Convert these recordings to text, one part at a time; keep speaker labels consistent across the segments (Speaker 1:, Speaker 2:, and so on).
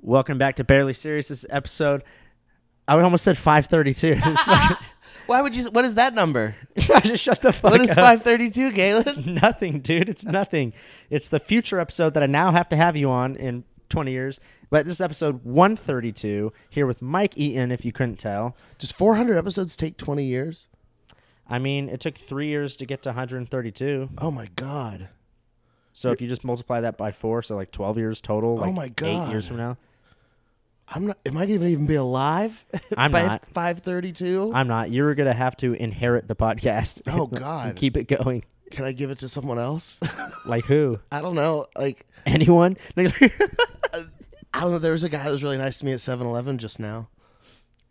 Speaker 1: Welcome back to Barely Serious. This episode, I would almost said 532. Just fucking-
Speaker 2: Why would you? What is that number?
Speaker 1: I just shut the fuck
Speaker 2: What is
Speaker 1: up.
Speaker 2: five thirty two, Galen?
Speaker 1: Nothing, dude. It's nothing. It's the future episode that I now have to have you on in 20 years. But this is episode 132 here with Mike Eaton, if you couldn't tell.
Speaker 2: Does four hundred episodes take twenty years?
Speaker 1: I mean, it took three years to get to 132.
Speaker 2: Oh my god!
Speaker 1: So if you just multiply that by four, so like 12 years total, like
Speaker 2: Oh my
Speaker 1: eight
Speaker 2: God.
Speaker 1: years from now.
Speaker 2: I'm not. Am I gonna even be alive?
Speaker 1: I'm
Speaker 2: by
Speaker 1: not.
Speaker 2: five thirty two.
Speaker 1: I'm not. You're going to have to inherit the podcast.
Speaker 2: Oh, God.
Speaker 1: Keep it going.
Speaker 2: Can I give it to someone else?
Speaker 1: Like who?
Speaker 2: I don't know. Like
Speaker 1: Anyone? you
Speaker 2: I don't know. There was a guy that was really nice to me at 7-Eleven just now.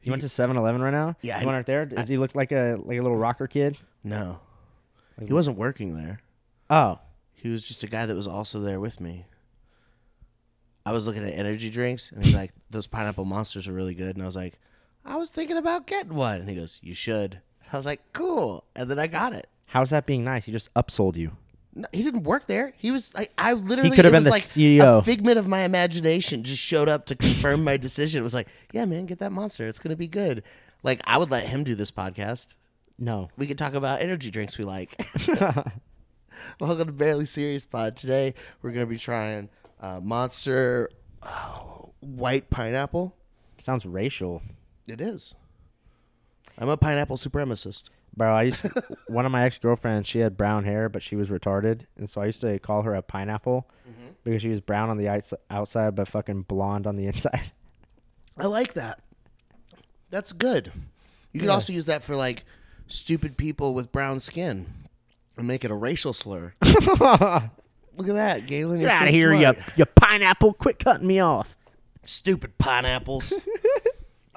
Speaker 1: went to 7-Eleven right now?
Speaker 2: Yeah,
Speaker 1: You
Speaker 2: I-
Speaker 1: went out there? Does he look like a like a little rocker kid?
Speaker 2: No, he wasn't working there.
Speaker 1: Oh.
Speaker 2: He was just a guy that was also there with me. I was looking at energy drinks, and he's like, "Those pineapple monsters are really good." And I was like, "I was thinking about getting one." And he goes, "You should." I was like, "Cool." And then I got it.
Speaker 1: How's that being nice? He just upsold you.
Speaker 2: No, he didn't work there. He was like, I literally
Speaker 1: could have
Speaker 2: it
Speaker 1: been
Speaker 2: was
Speaker 1: the E
Speaker 2: like
Speaker 1: CEO.
Speaker 2: A figment of my imagination just showed up to confirm my decision. It was like, "Yeah, man, get that monster. It's gonna be good." Like I would let him do this podcast.
Speaker 1: No.
Speaker 2: we could talk about energy drinks we like. Welcome to Barely Serious Pod. Today we're going to be trying uh, Monster oh, White Pineapple.
Speaker 1: Sounds racial.
Speaker 2: It is. I'm a pineapple supremacist.
Speaker 1: Bro, I used one of my ex girlfriends, she had brown hair, but she was retarded. And so I used to call her a pineapple because she was brown on the outs- outside, but fucking blonde on the inside.
Speaker 2: I like that. That's good. You could also use that for like stupid people with brown skin and make it a racial slur. Look at that, Galen. You're
Speaker 1: Get
Speaker 2: so
Speaker 1: out of here, you,
Speaker 2: smart.
Speaker 1: you pineapple. Quit cutting me off.
Speaker 2: stupid pineapples.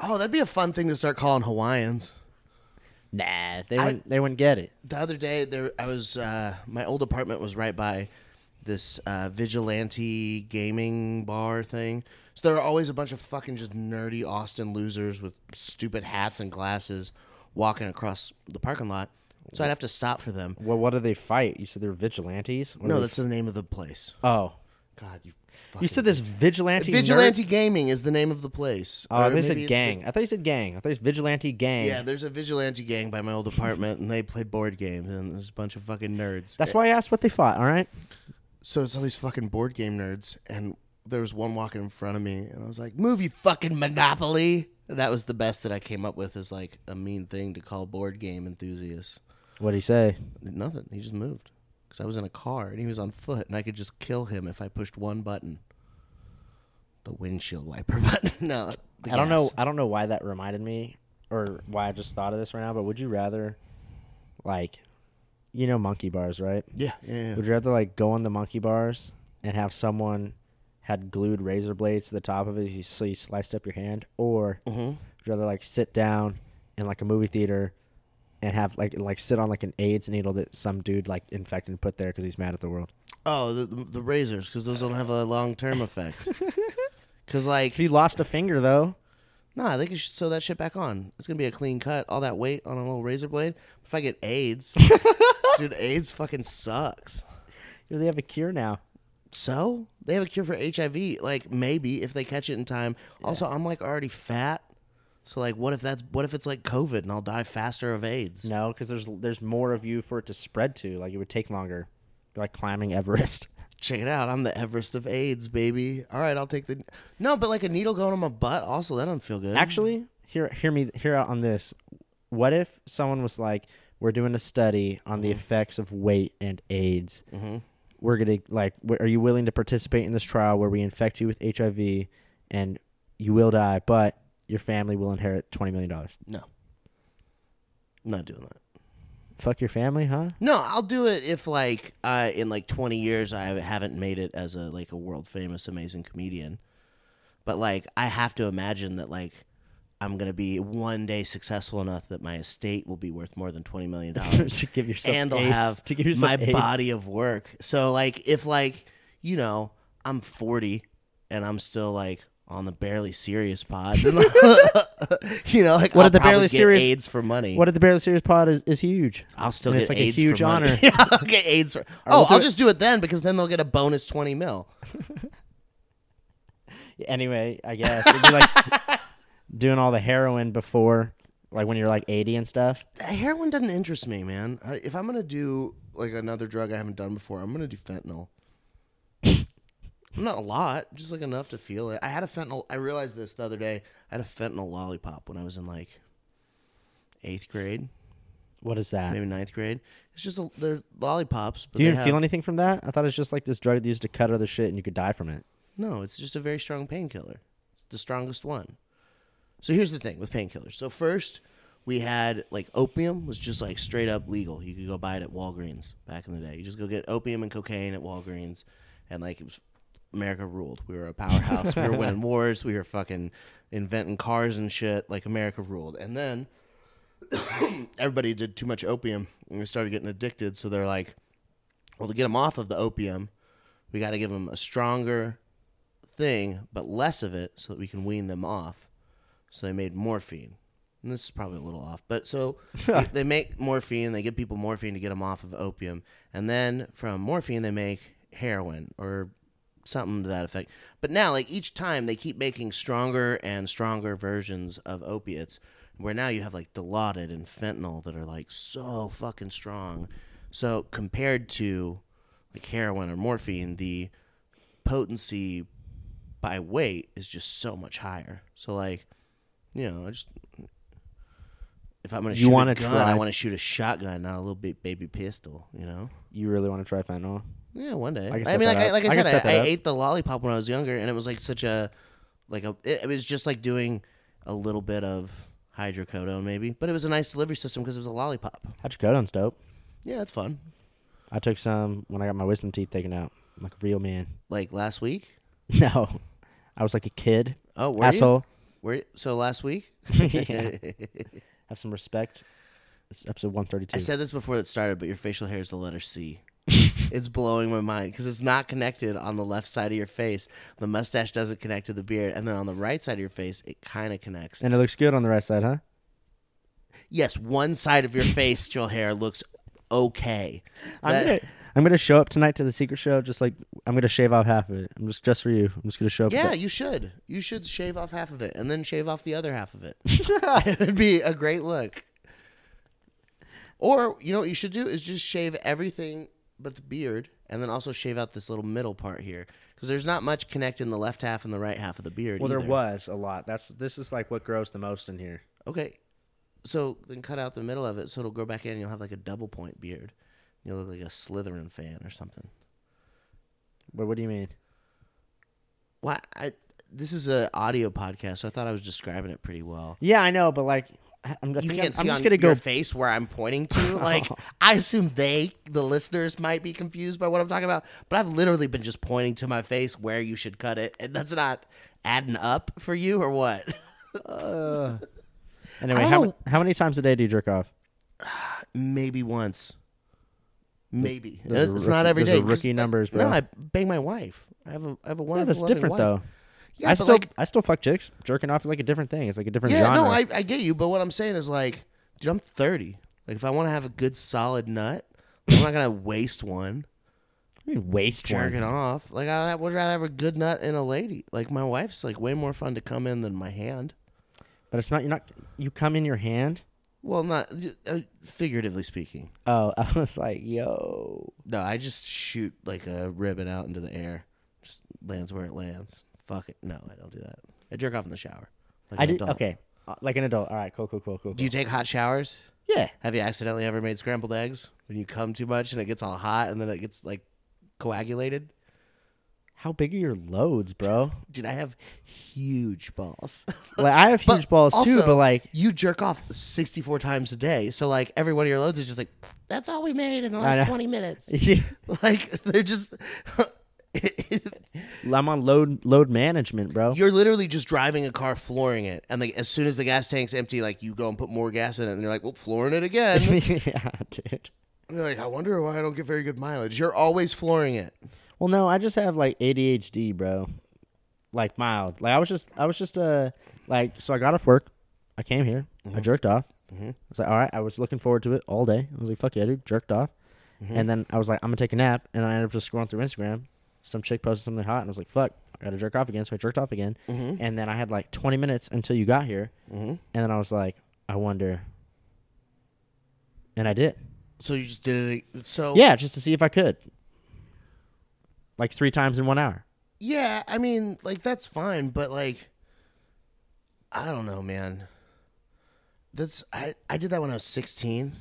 Speaker 2: oh, that'd be a fun thing to start calling Hawaiians.
Speaker 1: Nah, they, wouldn't, they wouldn't get it.
Speaker 2: the other day there i was uh, my old apartment was right by this uh, vigilante gaming bar thing so there were always a bunch of fucking just nerdy austin losers with stupid hats and glasses walking across the parking lot so i'd have to stop for them
Speaker 1: Well, what do they fight? You said they're vigilantes? What
Speaker 2: no
Speaker 1: do they-
Speaker 2: that's the name of the place
Speaker 1: Oh.
Speaker 2: god you fucking
Speaker 1: You said this vigilante.
Speaker 2: vigilante
Speaker 1: nerd-
Speaker 2: gaming is the name of the place
Speaker 1: Oh,
Speaker 2: Or
Speaker 1: they
Speaker 2: maybe
Speaker 1: said
Speaker 2: it's
Speaker 1: gang. I thought you said gang. I thought it was vigilante gang.
Speaker 2: the- yeah, there's a vigilante gang by my old apartment, and they played board games, and there's a bunch of fucking nerds.
Speaker 1: That's why I asked what they fought, all right?
Speaker 2: So it's all these fucking board game nerds, and there was one walking in front of me, and I was like, "Move you fucking Monopoly!" And that was the best that I came up with as like a mean thing to call board game enthusiasts.
Speaker 1: What'd he say?
Speaker 2: Nothing. He just moved because I was in a car and he was on foot, and I could just kill him if I pushed one button. The windshield wiper button. no, the
Speaker 1: I don't know.
Speaker 2: gas.
Speaker 1: I don't know why that reminded me, or why I just thought of this right now. But would you rather, like, you know, monkey bars, right?
Speaker 2: Yeah, yeah. yeah.
Speaker 1: Would you rather like go on the monkey bars and have someone had glued razor blades to the top of it, you- so you sliced up your hand, or
Speaker 2: Mm-hmm.
Speaker 1: would you rather like sit down in like a movie theater and have like like sit on like an AIDS needle that some dude like infected and put there because he's mad at the world?
Speaker 2: Oh, the, the razors because those don't have a long term effect. Because like
Speaker 1: If you lost a finger though,
Speaker 2: Nah, they can sh- sew that shit back on. It's gonna be a clean cut. All that weight on a little razor blade. If I get AIDS, dude, AIDS fucking sucks.
Speaker 1: you really have a cure now.
Speaker 2: So they have a cure for HIV. Like maybe if they catch it in time. Also, I'm like already fat. So like, what if that's what if it's like COVID and I'll die faster of AIDS?
Speaker 1: No, because there's there's more of you for it to spread to. Like it would take longer, like climbing Everest.
Speaker 2: Check it out. I'm the Everest of AIDS, baby. All right, I'll take the no, but like a needle going on my butt. Also, that doesn't feel good.
Speaker 1: Actually, hear hear me hear out on this. What if someone was like, "We're doing a study on
Speaker 2: Mm-hmm.
Speaker 1: the effects of weight and AIDS. We're gonna like, w- are you willing to participate in this trial where we infect you with HIV and you will die, but your family will inherit twenty million dollars?
Speaker 2: no, I'm not doing that.
Speaker 1: Fuck your family, huh?
Speaker 2: No, I'll do it if like uh, in like twenty years I haven't made it as a like a world famous amazing comedian. But like I have to imagine that like I'm gonna be one day successful enough that my estate will be worth more than twenty million dollars.
Speaker 1: to give yourself
Speaker 2: and they'll
Speaker 1: AIDS-
Speaker 2: have
Speaker 1: to give yourself
Speaker 2: my
Speaker 1: AIDS.
Speaker 2: body of work. So like if like, you know, I'm forty and I'm still like on the barely serious pod, then, you know, like
Speaker 1: What
Speaker 2: I'll
Speaker 1: if the
Speaker 2: probably
Speaker 1: Barely
Speaker 2: get
Speaker 1: Serious-
Speaker 2: AIDS for money.
Speaker 1: What at the Barely Serious Pod is, is huge.
Speaker 2: I'll still
Speaker 1: And
Speaker 2: get
Speaker 1: it's like a
Speaker 2: AIDS
Speaker 1: huge
Speaker 2: for money.
Speaker 1: honor.
Speaker 2: I'll get AIDS for. Oh,
Speaker 1: we'll do
Speaker 2: I'll
Speaker 1: it-
Speaker 2: just do it then because then they'll get a bonus twenty mil.
Speaker 1: Anyway, I guess it'd be like doing all the heroin before, like when you're like 80 and stuff.
Speaker 2: Heroin doesn't interest me, man. I, if I'm gonna do like another drug I haven't done before, I'm gonna do fentanyl. Not a lot, just like enough to feel it. I had a fentanyl. I realized this the other day. I had a fentanyl lollipop when I was in like eighth grade,
Speaker 1: What is that?
Speaker 2: maybe ninth grade. It's just a, they're lollipops. But
Speaker 1: Do you
Speaker 2: they
Speaker 1: didn't feel
Speaker 2: have-
Speaker 1: anything from that? I thought it was just like this drug they used to cut other shit and you could die from it.
Speaker 2: No, it's just a very strong painkiller. It's the strongest one. So here's the thing with painkillers. So first, we had like opium was just like straight up legal. You could go buy it at Walgreens back in the day. You just go get opium and cocaine at Walgreens, and like it was America ruled. We were a powerhouse. we were winning wars. We were fucking inventing cars and shit. Like America ruled. And then everybody did too much opium and they started getting addicted. So they're like, well, to get them off of the opium, we got to give them a stronger thing, but less of it, so that we can wean them off. So they made morphine. And this is probably a little off, but so they, they make morphine. They give people morphine to get them off of opium, and then from morphine they make heroin or something to that effect. But now, like each time, they keep making stronger and stronger versions of opiates, where now you have like Dilaudid and fentanyl that are like so fucking strong. So compared to like heroin or morphine, the potency by weight is just so much higher. So like, you know, I just if I'm gonna
Speaker 1: You
Speaker 2: shoot
Speaker 1: wanna
Speaker 2: a gun,
Speaker 1: try-
Speaker 2: I want to shoot a shotgun, not a little bit baby pistol. You know.
Speaker 1: You really want to try fentanyl?
Speaker 2: Yeah, one day.
Speaker 1: I can
Speaker 2: I,
Speaker 1: set
Speaker 2: mean,
Speaker 1: that
Speaker 2: like I,
Speaker 1: up.
Speaker 2: like I
Speaker 1: I can set
Speaker 2: said,
Speaker 1: that
Speaker 2: I, I
Speaker 1: up.
Speaker 2: ate the lollipop when I was younger, and it was like such a, like a, it, it was just like doing a little bit of hydrocodone maybe, but it was a nice delivery system because it was a lollipop.
Speaker 1: Hydrocodone's dope.
Speaker 2: Yeah, it's fun.
Speaker 1: I took some when I got my wisdom teeth taken out. I'm like a real man.
Speaker 2: Like last week.
Speaker 1: No. I was like a kid.
Speaker 2: Oh, were
Speaker 1: Asshole.
Speaker 2: you? Were you? So last week.
Speaker 1: Yeah. Have some respect. This is episode 132.
Speaker 2: I said this before it started, but your facial hair is the letter C. it's blowing my mind because it's not connected on the left side of your face. The mustache doesn't connect to the beard, and then on the right side of your face, it kind of connects.
Speaker 1: and it looks good on the right side, huh?
Speaker 2: Yes, one side of your facial hair looks okay.
Speaker 1: I'm
Speaker 2: That-
Speaker 1: gonna, I'm gonna show up tonight to the secret show. Just like I'm gonna shave off half of it. I'm just just for you. I'm just gonna show up.
Speaker 2: yeah, you should. You should shave off half of it and then shave off the other half of it. it would be a great look. Or you know what you should do is just shave everything but the beard, and then also shave out this little middle part here because there's not much connecting the left half and the right half of the beard.
Speaker 1: Well, there
Speaker 2: either.
Speaker 1: was a lot. That's this is like what grows the most in here.
Speaker 2: Okay, so then cut out the middle of it so it'll grow back in. and You'll have like a double point beard. You'll look like a Slytherin fan or something.
Speaker 1: But what do you mean?
Speaker 2: Why? I this is a audio podcast, so I thought I was describing it pretty well.
Speaker 1: Yeah, I know, but like I'm, I
Speaker 2: you
Speaker 1: think
Speaker 2: can't
Speaker 1: I'm,
Speaker 2: see
Speaker 1: I'm just
Speaker 2: on
Speaker 1: gonna
Speaker 2: your
Speaker 1: go.
Speaker 2: face where I'm pointing to. Like I assume they, the listeners, might be confused by what I'm talking about. But I've literally been just pointing to my face where you should cut it, and that's not adding up for you or what?
Speaker 1: Uh, anyway,
Speaker 2: I don't
Speaker 1: how
Speaker 2: know.
Speaker 1: how many times a day do you jerk off?
Speaker 2: Maybe once, maybe
Speaker 1: Those are
Speaker 2: it's not
Speaker 1: rookie-
Speaker 2: every
Speaker 1: those
Speaker 2: day.
Speaker 1: are rookie
Speaker 2: 'cause,
Speaker 1: numbers,
Speaker 2: No,
Speaker 1: bro.
Speaker 2: I bang my wife. I have a I have a
Speaker 1: Yeah,
Speaker 2: wonderful.
Speaker 1: that's
Speaker 2: loving
Speaker 1: different
Speaker 2: wife.
Speaker 1: though.
Speaker 2: Yeah,
Speaker 1: I
Speaker 2: but,
Speaker 1: still
Speaker 2: like,
Speaker 1: I still fuck chicks. Jerking off is like a different thing. It's like a different
Speaker 2: Yeah,
Speaker 1: genre.
Speaker 2: no, I, I get you, but what I'm saying is like, dude, I'm 30. Like, if I want to have a good solid nut, I'm not gonna waste one
Speaker 1: I mean, waste
Speaker 2: jerking
Speaker 1: one.
Speaker 2: off. Like, I would rather have a good nut in a lady. Like, my wife's like way more fun to come in than my hand.
Speaker 1: But it's not. You're not. You come in your hand.
Speaker 2: Well, not uh, figuratively speaking.
Speaker 1: Oh, I was like, yo.
Speaker 2: No, I just shoot like a ribbon out into the air, just lands where it lands. Fuck it. No, I don't do that. I jerk off in the shower. Like
Speaker 1: I
Speaker 2: an
Speaker 1: did
Speaker 2: adult.
Speaker 1: okay. Uh, Like an adult. All right, cool, cool, cool, cool.
Speaker 2: Do you take hot showers?
Speaker 1: cool. yeah.
Speaker 2: Have you accidentally ever made scrambled eggs when you come too much and it gets all hot and then it gets like coagulated?
Speaker 1: How big are your loads, bro?
Speaker 2: Dude, I have huge balls.
Speaker 1: like I have
Speaker 2: But
Speaker 1: huge balls too,
Speaker 2: also,
Speaker 1: but like
Speaker 2: you jerk off 64 times a day. So, like, every one of your loads is just like, that's all we made in the
Speaker 1: know.
Speaker 2: last 20 minutes. Like, they're just,
Speaker 1: I'm on load load management, bro.
Speaker 2: you're literally just driving a car, flooring it. And, like, as soon as the gas tank's empty, like, you go and put more gas in it. And you're like, well, flooring it again. and
Speaker 1: yeah, dude.
Speaker 2: you're like, I wonder why I don't get very good mileage. You're always flooring it.
Speaker 1: Well, no, I just have like ADHD, bro. Like mild. Like I was just I was just uh like so I got off work. I came here. I jerked off. I was like, all right. I was looking forward to it all day. I was like, fuck yeah, dude, jerked off. And then I was like, I'm gonna take a nap, and I ended up just scrolling through Instagram. Some chick posted something hot, and I was like, fuck, I got to jerk off again. So I jerked off again. And then I had like 20 minutes until you got here. And then I was like, I wonder. And I did.
Speaker 2: So you just did it. So
Speaker 1: Yeah, just to see if I could. Like three times in one hour.
Speaker 2: yeah, I mean, like that's fine, but like, I don't know, man. That's I I did that when I was sixteen,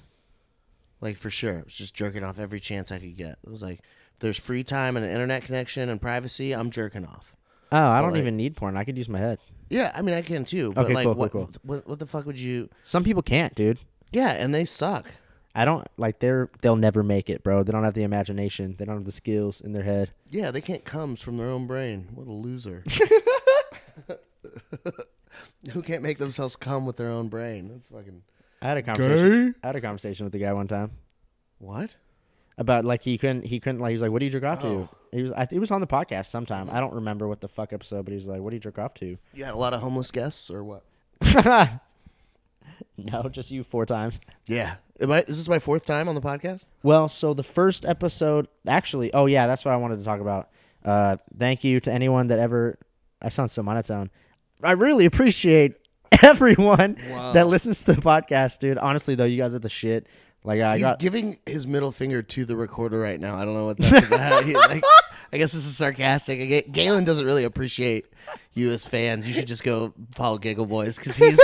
Speaker 2: like for sure. I was just jerking off every chance I could get. It was like if there's free time and an internet connection and privacy, I'm jerking off.
Speaker 1: Oh, I don't
Speaker 2: like-
Speaker 1: even need porn. I could use my head.
Speaker 2: Yeah, I mean I can too. But
Speaker 1: Okay,
Speaker 2: like
Speaker 1: cool, cool,
Speaker 2: what,
Speaker 1: cool.
Speaker 2: what what the fuck would you?
Speaker 1: Some people can't, dude.
Speaker 2: Yeah, and they suck.
Speaker 1: I don't like they're they'll never make it, bro. They don't have the imagination. They don't have the skills in their head.
Speaker 2: Yeah, they can't comes from their own brain. What a loser. Who can't make themselves come with their own brain? That's fucking
Speaker 1: I had a conversation. I had a conversation with the guy one time
Speaker 2: what?
Speaker 1: about like he couldn't he couldn't like he was like what do you jerk off to? He was I, it was on the podcast sometime. I don't remember what the fuck episode, but he was like what do you jerk off to?
Speaker 2: You had a lot of homeless guests or what?
Speaker 1: no, just you four times.
Speaker 2: Yeah. Am I, is this my fourth time on the podcast?
Speaker 1: Well, so the first episode, actually, oh yeah, that's what I wanted to talk about. Uh, thank you to anyone that ever. I sound so monotone. I really appreciate everyone that listens to the podcast, dude. Honestly, though, you guys are the shit. Like I
Speaker 2: He's
Speaker 1: got,
Speaker 2: giving his middle finger to the recorder right now. I don't know what that's about. He, like, I guess this is sarcastic. I get, Galen doesn't really appreciate you as fans. You should just go follow Giggle Boys because he's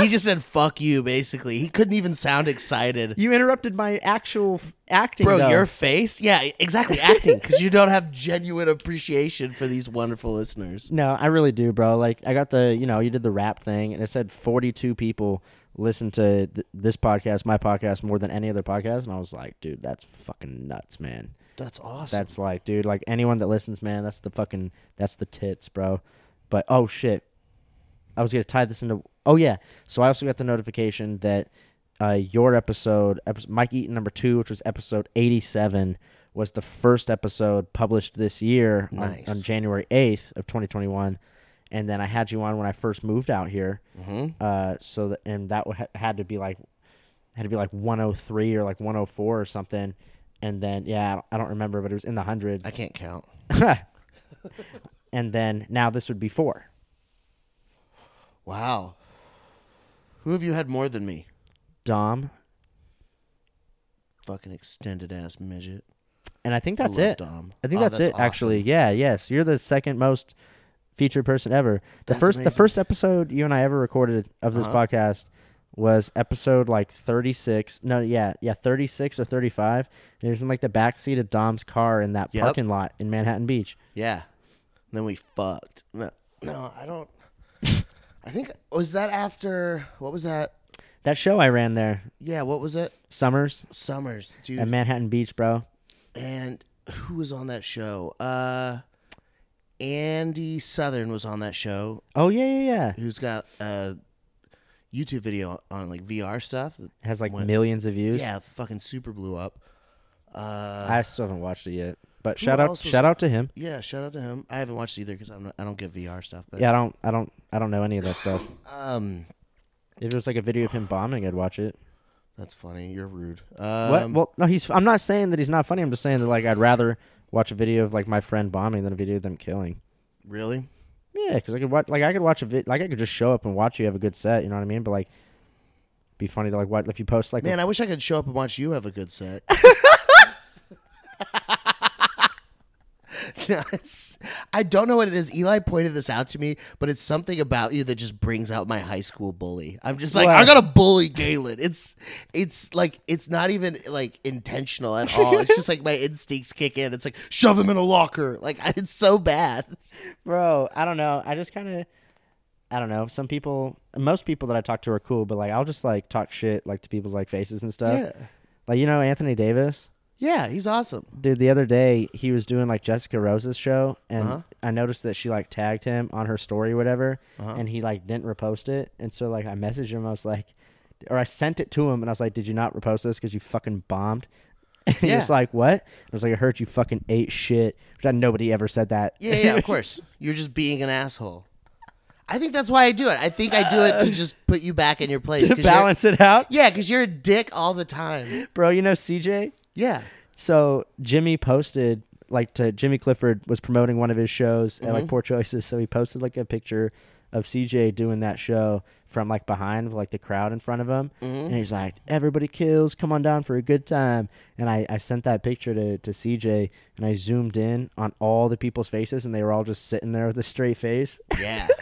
Speaker 2: he just said "fuck you" basically. He couldn't even sound excited.
Speaker 1: you interrupted my actual f- acting,
Speaker 2: Bro,
Speaker 1: though.
Speaker 2: your face? Yeah, exactly. Acting because you don't have genuine appreciation for these wonderful listeners.
Speaker 1: No, I really do, bro. Like I got the, you know, you did the rap thing, and it said forty-two people listen to th- this podcast, my podcast, more than any other podcast, and I was like, dude, that's fucking nuts, man.
Speaker 2: That's awesome.
Speaker 1: That's like, dude, like anyone that listens, man, that's the fucking, that's the tits, bro. But oh shit, I was gonna tie this into. Oh yeah, so I also got the notification that uh, your episode, episode, Mike Eaton number two, which was episode eighty-seven, was the first episode published this year on-
Speaker 2: Nice.
Speaker 1: on, January eighth of twenty twenty-one. And then I had you on when I first moved out here,
Speaker 2: Mm-hmm.
Speaker 1: uh, so that and that wa- had to be like had to be like 103 or like 104 or something. And then, yeah, I don't- I don't remember, but it was in the hundreds.
Speaker 2: I can't count.
Speaker 1: and then now this would be four.
Speaker 2: Wow. Who have you had more than me?
Speaker 1: Dom.
Speaker 2: Fucking extended ass midget.
Speaker 1: And I think that's
Speaker 2: love
Speaker 1: it.
Speaker 2: Dom.
Speaker 1: I think
Speaker 2: Oh,
Speaker 1: that's,
Speaker 2: that's
Speaker 1: it, actually. Yeah, yes. You're the second most featured person ever. The
Speaker 2: That's
Speaker 1: first the
Speaker 2: amazing. Uh-huh.
Speaker 1: first episode you and I ever recorded of this podcast was episode like 36. No, yeah, yeah, 36 or 35. And it was in like the backseat of Dom's car in that
Speaker 2: Yep.
Speaker 1: parking lot in Manhattan Beach.
Speaker 2: Yeah. And then we fucked. No, no, I don't. I think was that after what was that?
Speaker 1: That show I ran there,
Speaker 2: Yeah, what was it?
Speaker 1: Summers,
Speaker 2: Summers, dude.
Speaker 1: at Manhattan Beach, bro.
Speaker 2: and who was on that show? Uh, Andy Southern was on that show.
Speaker 1: Oh yeah, yeah, yeah.
Speaker 2: Who's got a YouTube video on like VR stuff? that-
Speaker 1: It has like millions of views.
Speaker 2: Yeah, fucking super blew up. Uh,
Speaker 1: I still haven't watched it yet. But shout out,
Speaker 2: else was-
Speaker 1: shout out to him.
Speaker 2: yeah, shout out to him. I haven't watched either because I don't get VR stuff. But
Speaker 1: Yeah, I don't, I don't, I don't know any of that stuff.
Speaker 2: um,
Speaker 1: If it was like a video of him bombing, I'd watch it.
Speaker 2: that's funny. You're rude.
Speaker 1: What?
Speaker 2: Um,
Speaker 1: well, no, he's. I'm not saying that he's not funny. I'm just saying that like I'd rather watch a video of like my friend bombing than a video of them killing.
Speaker 2: Really?
Speaker 1: Yeah, because I could watch, like I could watch a vid, like I could just show up and watch you have a good set. You know what I mean? But like, be funny to like what if you post like a-
Speaker 2: Man, I wish I could show up and watch you have a good set. No, it's- I don't know what it is. Eli pointed this out to me, but it's something about you that just brings out my high school bully. I'm just like,
Speaker 1: Wow.
Speaker 2: I gotta bully Galen. It's, it's like, it's not even like intentional at all. It's just like my instincts kick in. It's like shove him in a locker. Like it's so bad.
Speaker 1: bro i don't know i just kind of i don't know some people most people that i talk to are cool but like i'll just like talk shit like to people's like faces and stuff
Speaker 2: Yeah,
Speaker 1: like you know anthony davis
Speaker 2: yeah, he's awesome.
Speaker 1: dude the other day he was doing like jessica rose's show and
Speaker 2: Uh-huh.
Speaker 1: i noticed that she like tagged him on her story or whatever
Speaker 2: Uh-huh.
Speaker 1: and he like didn't repost it and so like i messaged him i was like or i sent it to him and i was like did you not repost this because you fucking bombed and he
Speaker 2: Yeah.
Speaker 1: was like what i was like i heard you fucking ate shit which I, nobody ever said that
Speaker 2: Yeah, yeah, of course. You're just being an asshole. I think that's why I do it. I think I do it to just put you back in your place.
Speaker 1: to
Speaker 2: 'cause you're-
Speaker 1: balance it out
Speaker 2: Yeah, because you're a dick all the time.
Speaker 1: bro you know cj
Speaker 2: Yeah.
Speaker 1: So Jimmy posted like to Jimmy Clifford was promoting one of his shows at
Speaker 2: Mm-hmm.
Speaker 1: like Poor Choices, so he posted like a picture of CJ doing that show from like behind like the crowd in front of him,
Speaker 2: Mm-hmm.
Speaker 1: and he's like, "Everybody kills, come on down for a good time." And I I sent that picture to to CJ, and I zoomed in on all the people's faces, and they were all just sitting there with a straight face.
Speaker 2: Yeah.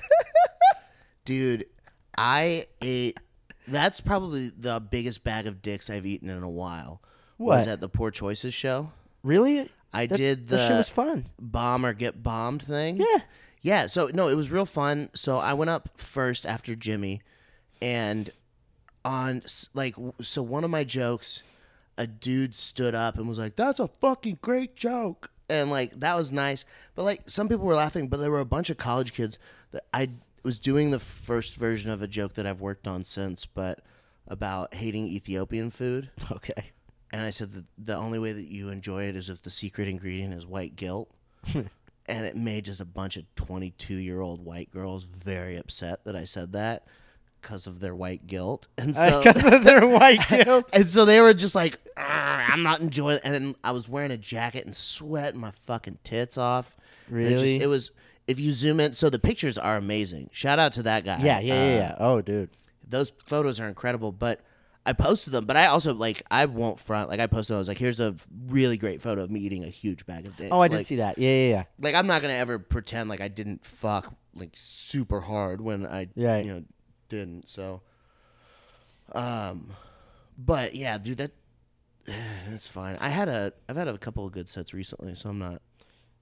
Speaker 2: Dude, I ate. That's probably the biggest bag of dicks I've eaten in a while. Was
Speaker 1: What?
Speaker 2: at the Poor Choices show.
Speaker 1: really?
Speaker 2: I
Speaker 1: That-
Speaker 2: did
Speaker 1: that shit
Speaker 2: the
Speaker 1: was fun.
Speaker 2: bomb or get bombed thing.
Speaker 1: Yeah.
Speaker 2: Yeah. So, no, it was real fun. So, I went up first after Jimmy. And on, s- like, w- so one of my jokes, a dude stood up and was like, that's a fucking great joke. And, like, that was nice. But, like, some people were laughing, but there were a bunch of college kids that I was doing the first version of a joke that I've worked on since, but about hating Ethiopian food.
Speaker 1: Okay.
Speaker 2: And I said that the only way that you enjoy it is if the secret ingredient is white guilt. and it made just a bunch of 22 year old white girls very upset that I said that because of their white guilt. And so.
Speaker 1: Because of their white guilt.
Speaker 2: And so they were just like, "Arr, I'm not enjoying. It. And then I was wearing a jacket and sweating my fucking tits off. And It,
Speaker 1: Really?
Speaker 2: just, it was. If you zoom in, so the pictures are amazing. Shout out to that guy.
Speaker 1: Yeah, yeah, yeah, yeah. Oh, dude.
Speaker 2: those photos are incredible but i posted them but i also like i won't front like i posted them, i was like here's a really great photo of me eating a huge bag of dicks
Speaker 1: Oh, I did
Speaker 2: like,
Speaker 1: see that. Yeah, yeah, yeah.
Speaker 2: like i'm not gonna ever pretend like i didn't fuck like super hard when i
Speaker 1: Right.
Speaker 2: you know didn't so um but yeah dude that that's fine i had a i've had a couple of good sets recently so i'm not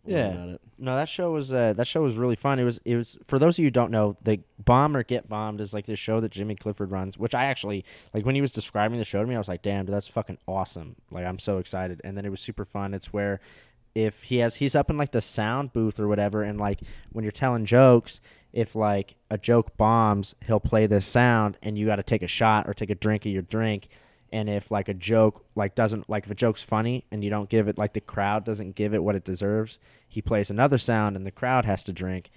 Speaker 2: worried
Speaker 1: Yeah.
Speaker 2: about it
Speaker 1: No, that show was uh, that show was really fun. It was it was for those of you who don't know, the bomb or get bombed is like this show that Jimmy Clifford runs, which I actually like when he was describing the show to me, I was like, damn, dude, that's fucking awesome. Like I'm so excited. And then it was super fun. It's where if he has he's up in like the sound booth or whatever, and like when you're telling jokes, if like a joke bombs, he'll play this sound and you gotta take a shot or take a drink of your drink and if like a joke like doesn't like if a joke's funny and you don't give it like the crowd doesn't give it what it deserves he plays another sound and the crowd has to drink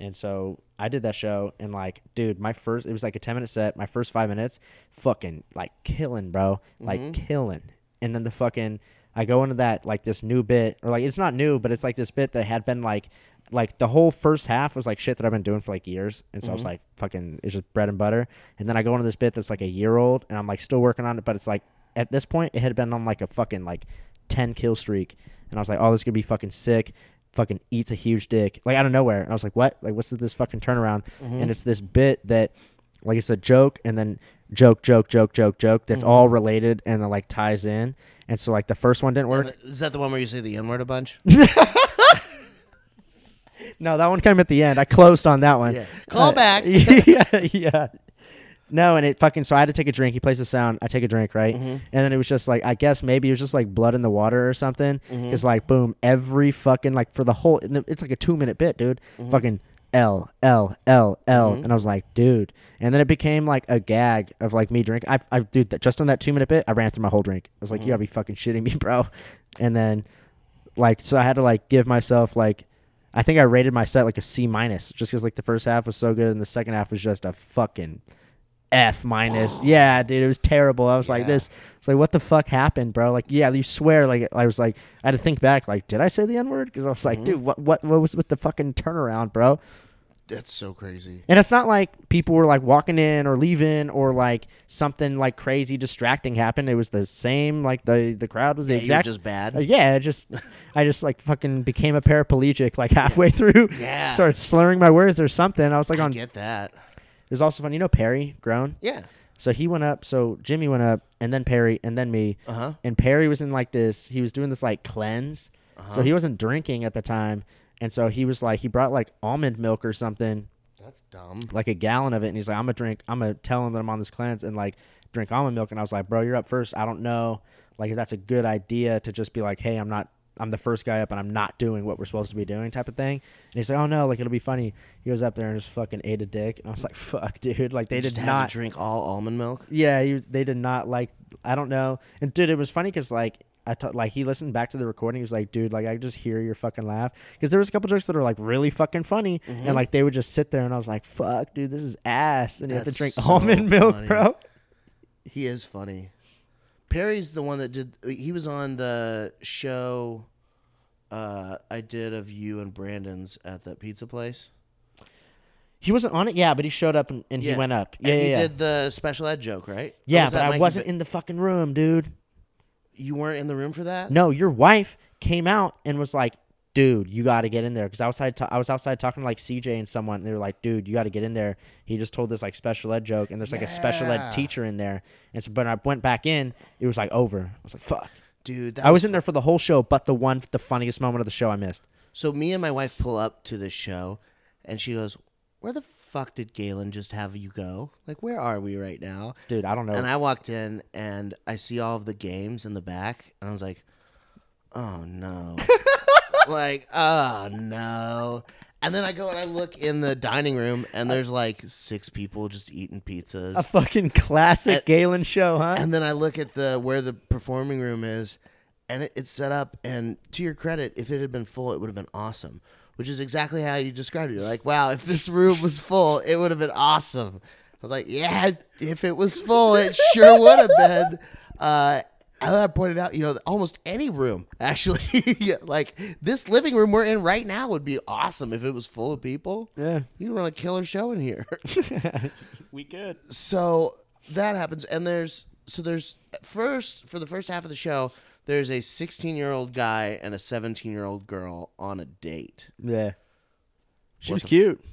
Speaker 1: and so i did that show and like dude my first it was like a 10 minute set my first five minutes fucking like killing bro like killing and then the fucking i go into that like this new bit or like it's not new but it's like this bit that had been like like the whole first half was like shit that I've been doing for like years, and so I was like, fucking, it's just bread and butter. And then I go into this bit that's like a year old, and I'm like still working on it, but it's like at this point it had been on like a fucking like ten kill streak, and I was like, oh, this is gonna be fucking sick. Fucking eats a huge dick like out of nowhere, and I was like, what? Like, what's this fucking turnaround? And it's this bit that like it's a joke and then joke joke joke joke joke that's all related and then like ties in and so like the first one didn't work
Speaker 2: is that the one where you say the n-word a bunch
Speaker 1: No, that one came at the end. I closed on that one. Uh,
Speaker 2: Yeah. Call back.
Speaker 1: yeah, yeah. No, and it fucking. So I had to take a drink. He plays the sound. I take a drink, right?
Speaker 2: Mm-hmm.
Speaker 1: And then it was just like, I guess maybe it was just like blood in the water or something.
Speaker 2: Mm-hmm.
Speaker 1: It's like, boom, every fucking like for the whole. and It's like a two minute bit, dude.
Speaker 2: Mm-hmm.
Speaker 1: Fucking L L L L, and I was like, dude. And then it became like a gag of like me drink. I I dude, that just on that two minute bit, I ran through my whole drink. I was
Speaker 2: Mm-hmm.
Speaker 1: like, you gotta be fucking shitting me, bro. And then like so i had to like give myself like i think i rated my set like a c minus just because like the first half was so good and the second half was just a fucking f minus yeah dude it was terrible i was like
Speaker 2: Yeah.
Speaker 1: this it's like what the fuck happened bro like yeah you swear like i was like i had to think back like did i say the n word because i was
Speaker 2: Mm-hmm.
Speaker 1: like dude what, what what was with the fucking turnaround bro
Speaker 2: that's so crazy
Speaker 1: and it's not like people were like walking in or leaving or like something like crazy distracting happened it was the same like the the crowd was the
Speaker 2: yeah,
Speaker 1: exact
Speaker 2: you're just bad
Speaker 1: uh, yeah, I just I just like fucking became a paraplegic like halfway through.
Speaker 2: Yeah.
Speaker 1: Started slurring my words or something. I was like
Speaker 2: i
Speaker 1: on
Speaker 2: get that
Speaker 1: it was also fun. You know Perry Grown?
Speaker 2: yeah
Speaker 1: So he went up, so Jimmy went up and then Perry and then me.
Speaker 2: uh-huh
Speaker 1: And Perry was in like this he was doing this like cleanse.
Speaker 2: Uh-huh.
Speaker 1: So he wasn't drinking at the time. And so he was like he brought like almond milk or something
Speaker 2: That's dumb.
Speaker 1: like a gallon of it and he's like i'm gonna drink i'm gonna tell him that i'm on this cleanse and like drink almond milk and i was like bro you're up first i don't know like if that's a good idea to just be like hey i'm not i'm the first guy up and i'm not doing what we're supposed to be doing type of thing and he's like oh no like it'll be funny he goes up there and just fucking ate a dick and i was like fuck dude like they
Speaker 2: Just
Speaker 1: did
Speaker 2: have
Speaker 1: not
Speaker 2: to drink all almond milk.
Speaker 1: yeah, he, they did not like. I don't know. And dude, it was funny because like I t- like he listened back to the recording. He was like, dude, like I could just hear your fucking laugh because there was a couple jokes that are like really fucking funny,
Speaker 2: Mm-hmm.
Speaker 1: and like they would just sit there, and I was like, fuck, dude, this is ass, and you have to
Speaker 2: That's
Speaker 1: drink
Speaker 2: so
Speaker 1: almond milk,
Speaker 2: funny.
Speaker 1: bro.
Speaker 2: He is funny. Perry's the one that did. He was on the show uh, I did of you and Brandon's at that pizza place.
Speaker 1: He wasn't on it, yeah, but he showed up and, and he went up. Yeah,
Speaker 2: and
Speaker 1: yeah,
Speaker 2: you
Speaker 1: yeah.
Speaker 2: did the special ed joke, right? Or
Speaker 1: yeah,
Speaker 2: was
Speaker 1: but
Speaker 2: that
Speaker 1: I
Speaker 2: Mikey
Speaker 1: wasn't
Speaker 2: Ba-
Speaker 1: in the fucking room, dude.
Speaker 2: you weren't in the room for that.
Speaker 1: No, your wife came out and was like, "Dude, you got to get in there." Because outside, ta- I was outside talking to like CJ and someone, and they were like, "Dude, you got to get in there." He just told this like special ed joke, and there's like a special
Speaker 2: Yeah.
Speaker 1: ed teacher in there. And so, when I went back in, it was like over. I was like, "Fuck."
Speaker 2: dude, that
Speaker 1: I was in there for the whole show, but the one, the funniest moment of the show I missed.
Speaker 2: So me and my wife pull up to this show, and she goes, "Where the fuck did Galen just have you go? Like, where are we right now?"
Speaker 1: Dude, I don't know.
Speaker 2: And I walked in, and I see all of the games in the back, and I was like, "Oh no!" like, oh no. And then I go and I look in the dining room, and there's like six people just eating pizzas.
Speaker 1: a fucking classic
Speaker 2: And-
Speaker 1: Galen show, huh?
Speaker 2: And then I look at the where the performing room is, and it, it's set up. And to your credit, if it had been full, it would have been awesome. Which is exactly how you described it. You're like, wow, if this room was full, it would have been awesome. I was like, yeah, if it was full, it sure would have been. Uh, and I pointed out, you know, that almost any room actually, yeah, like this living room we're in right now would be awesome if it was full of people.
Speaker 1: yeah,
Speaker 2: You run a killer show in here.
Speaker 1: we good.
Speaker 2: so that happens and there's so there's first for the first half of the show there's a 16 year old guy and a 17 year old girl on a date
Speaker 1: Yeah, she
Speaker 2: What
Speaker 1: was cute.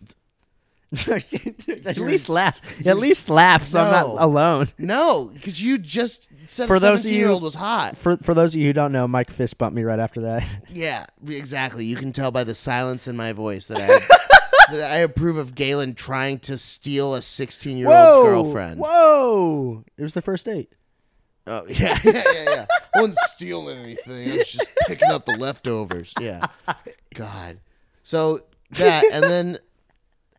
Speaker 1: at
Speaker 2: You're
Speaker 1: least
Speaker 2: ins-
Speaker 1: laugh. At least laugh, so I'm
Speaker 2: No.
Speaker 1: not alone.
Speaker 2: no because you just said
Speaker 1: For
Speaker 2: a
Speaker 1: those of
Speaker 2: 17 year old
Speaker 1: you-
Speaker 2: was hot
Speaker 1: For for those of you who don't know, Mike fist bumped me right after that.
Speaker 2: yeah exactly you can tell by the silence in my voice that i that i approve of galen trying to steal a 16 year old's girlfriend
Speaker 1: Whoa! It was the first date.
Speaker 2: Oh yeah, yeah, yeah, yeah. I wasn't stealing anything. I was just picking up the leftovers. Yeah. God. So that and then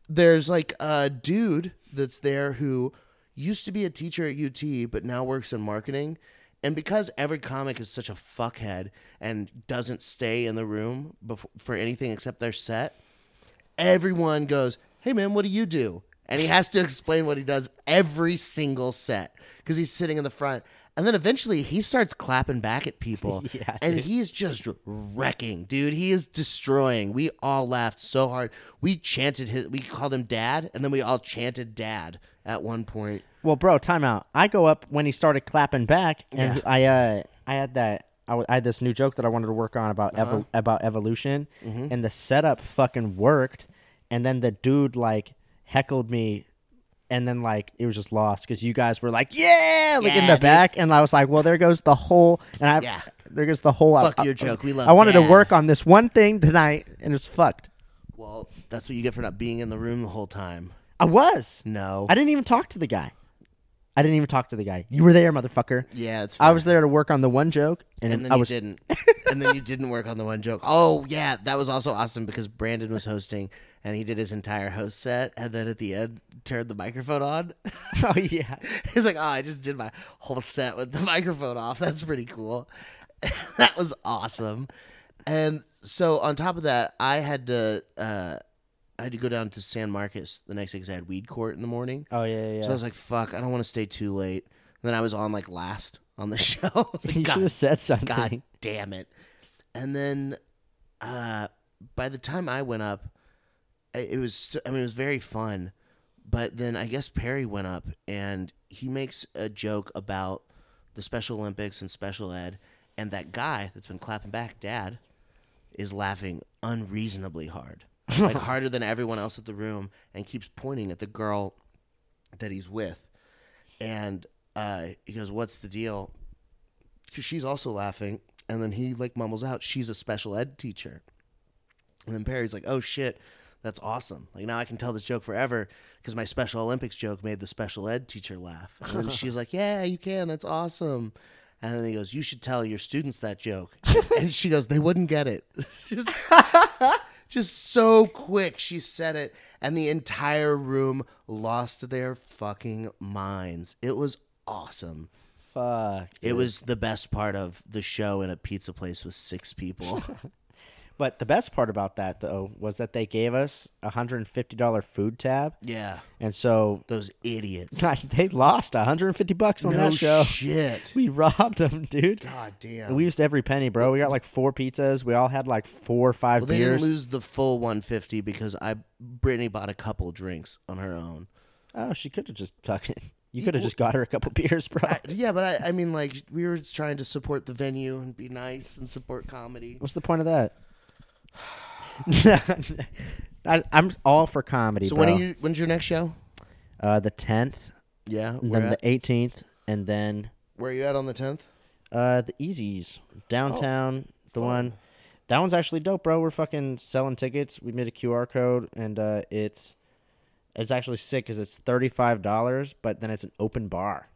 Speaker 2: there's like a dude that's there who used to be a teacher at UT but now works in marketing. And because every comic is such a fuckhead and doesn't stay in the room before, for anything except their set, everyone goes, "Hey man, what do you do?" And he has to explain what he does every single set because he's sitting in the front. And then eventually he starts clapping back at people,
Speaker 1: Yeah,
Speaker 2: and he's just wrecking, dude. He is destroying. We all laughed so hard. We chanted his. We called him Dad, and then we all chanted Dad at one point.
Speaker 1: Well, bro, timeout. I go up when he started clapping back, and
Speaker 2: Yeah.
Speaker 1: I uh, I had that. I, w- I had this new joke that I wanted to work on about
Speaker 2: Uh-huh.
Speaker 1: evo- about evolution,
Speaker 2: Mm-hmm.
Speaker 1: and the setup fucking worked. And then the dude like heckled me, and then like it was just lost because you guys were like, "Yeah!" like in
Speaker 2: Yeah,
Speaker 1: the
Speaker 2: dude.
Speaker 1: back, and I was like, "Well, there goes the whole." And I
Speaker 2: Yeah.
Speaker 1: there goes the whole.
Speaker 2: Fuck
Speaker 1: I, I-
Speaker 2: your joke. We love.
Speaker 1: I wanted to
Speaker 2: Dad.
Speaker 1: work on this one thing tonight, and it's fucked.
Speaker 2: Well, that's what you get for not being in the room the whole time.
Speaker 1: I was.
Speaker 2: No.
Speaker 1: I didn't even talk to the guy. I didn't even talk to the guy. You were there, motherfucker.
Speaker 2: yeah, it's.
Speaker 1: I
Speaker 2: fine.
Speaker 1: was there to work on the one joke, and,
Speaker 2: and then
Speaker 1: I
Speaker 2: you
Speaker 1: was
Speaker 2: didn't. and then you didn't work on the one joke. Oh yeah, that was also awesome because Brandon was hosting and he did his entire host set and then at the end turned the microphone on.
Speaker 1: oh yeah,
Speaker 2: He's like, "Oh, I just did my whole set with the microphone off. That's pretty cool." that was awesome. And so on top of that, I had to uh I had to go down to San Marcos the next day because I had weed court in the morning.
Speaker 1: oh yeah, yeah.
Speaker 2: So I was like, "Fuck, I don't want to stay too late." And then I was on like last on the show. I was like,
Speaker 1: you
Speaker 2: "God
Speaker 1: should have said something.
Speaker 2: God damn it. And then uh, by the time I went up, I- it was, st- I mean, it was very fun. But then I guess Perry went up and he makes a joke about the Special Olympics and special ed. And that guy that's been clapping back, dad, is laughing unreasonably hard, like harder than everyone else at the room, and keeps pointing at the girl that he's with. And uh, he goes, What's the deal? because she's also laughing. And then he like mumbles out, "She's a special ed teacher." And then Perry's like, "Oh shit, that's awesome! Like now I can tell this joke forever because my Special Olympics joke made the special ed teacher laugh." And then she's like, "Yeah, you can. That's awesome." And then he goes, "You should tell your students that joke." and she goes, "They wouldn't get it." just, just so quick, she said it, and the entire room lost their fucking minds. It was awesome.
Speaker 1: Fuck.
Speaker 2: It was the best part of the show in a pizza place with six people.
Speaker 1: But the best part about that though was that they gave us a hundred and fifty dollar food tab,
Speaker 2: Yeah,
Speaker 1: and so
Speaker 2: those idiots.
Speaker 1: God, they lost a hundred and fifty bucks on
Speaker 2: no
Speaker 1: that show.
Speaker 2: shit.
Speaker 1: We robbed them, dude.
Speaker 2: God damn.
Speaker 1: And We used every penny, bro. We got like four pizzas. We all had like four or five
Speaker 2: well, they
Speaker 1: beers.
Speaker 2: didn't lose the full 150 because I Brittany bought a couple drinks on her own.
Speaker 1: oh, she could have just fucking. You could have just got her a couple beers, bro.
Speaker 2: I, yeah, but I, I mean, like we were trying to support the venue and be nice and support comedy.
Speaker 1: What's the point of that? I, I'm all for comedy,
Speaker 2: So
Speaker 1: bro.
Speaker 2: when are you? When's your next show?
Speaker 1: uh, the tenth,
Speaker 2: Yeah, where,
Speaker 1: then
Speaker 2: at,
Speaker 1: the eighteenth, and then
Speaker 2: where are you at on the 10th?
Speaker 1: uh, the Easies
Speaker 2: Oh,
Speaker 1: downtown. the one that one's actually dope, bro. We're fucking selling tickets. We made a QR code, and uh, it's it's actually sick because it's thirty five dollars, but then it's an open bar,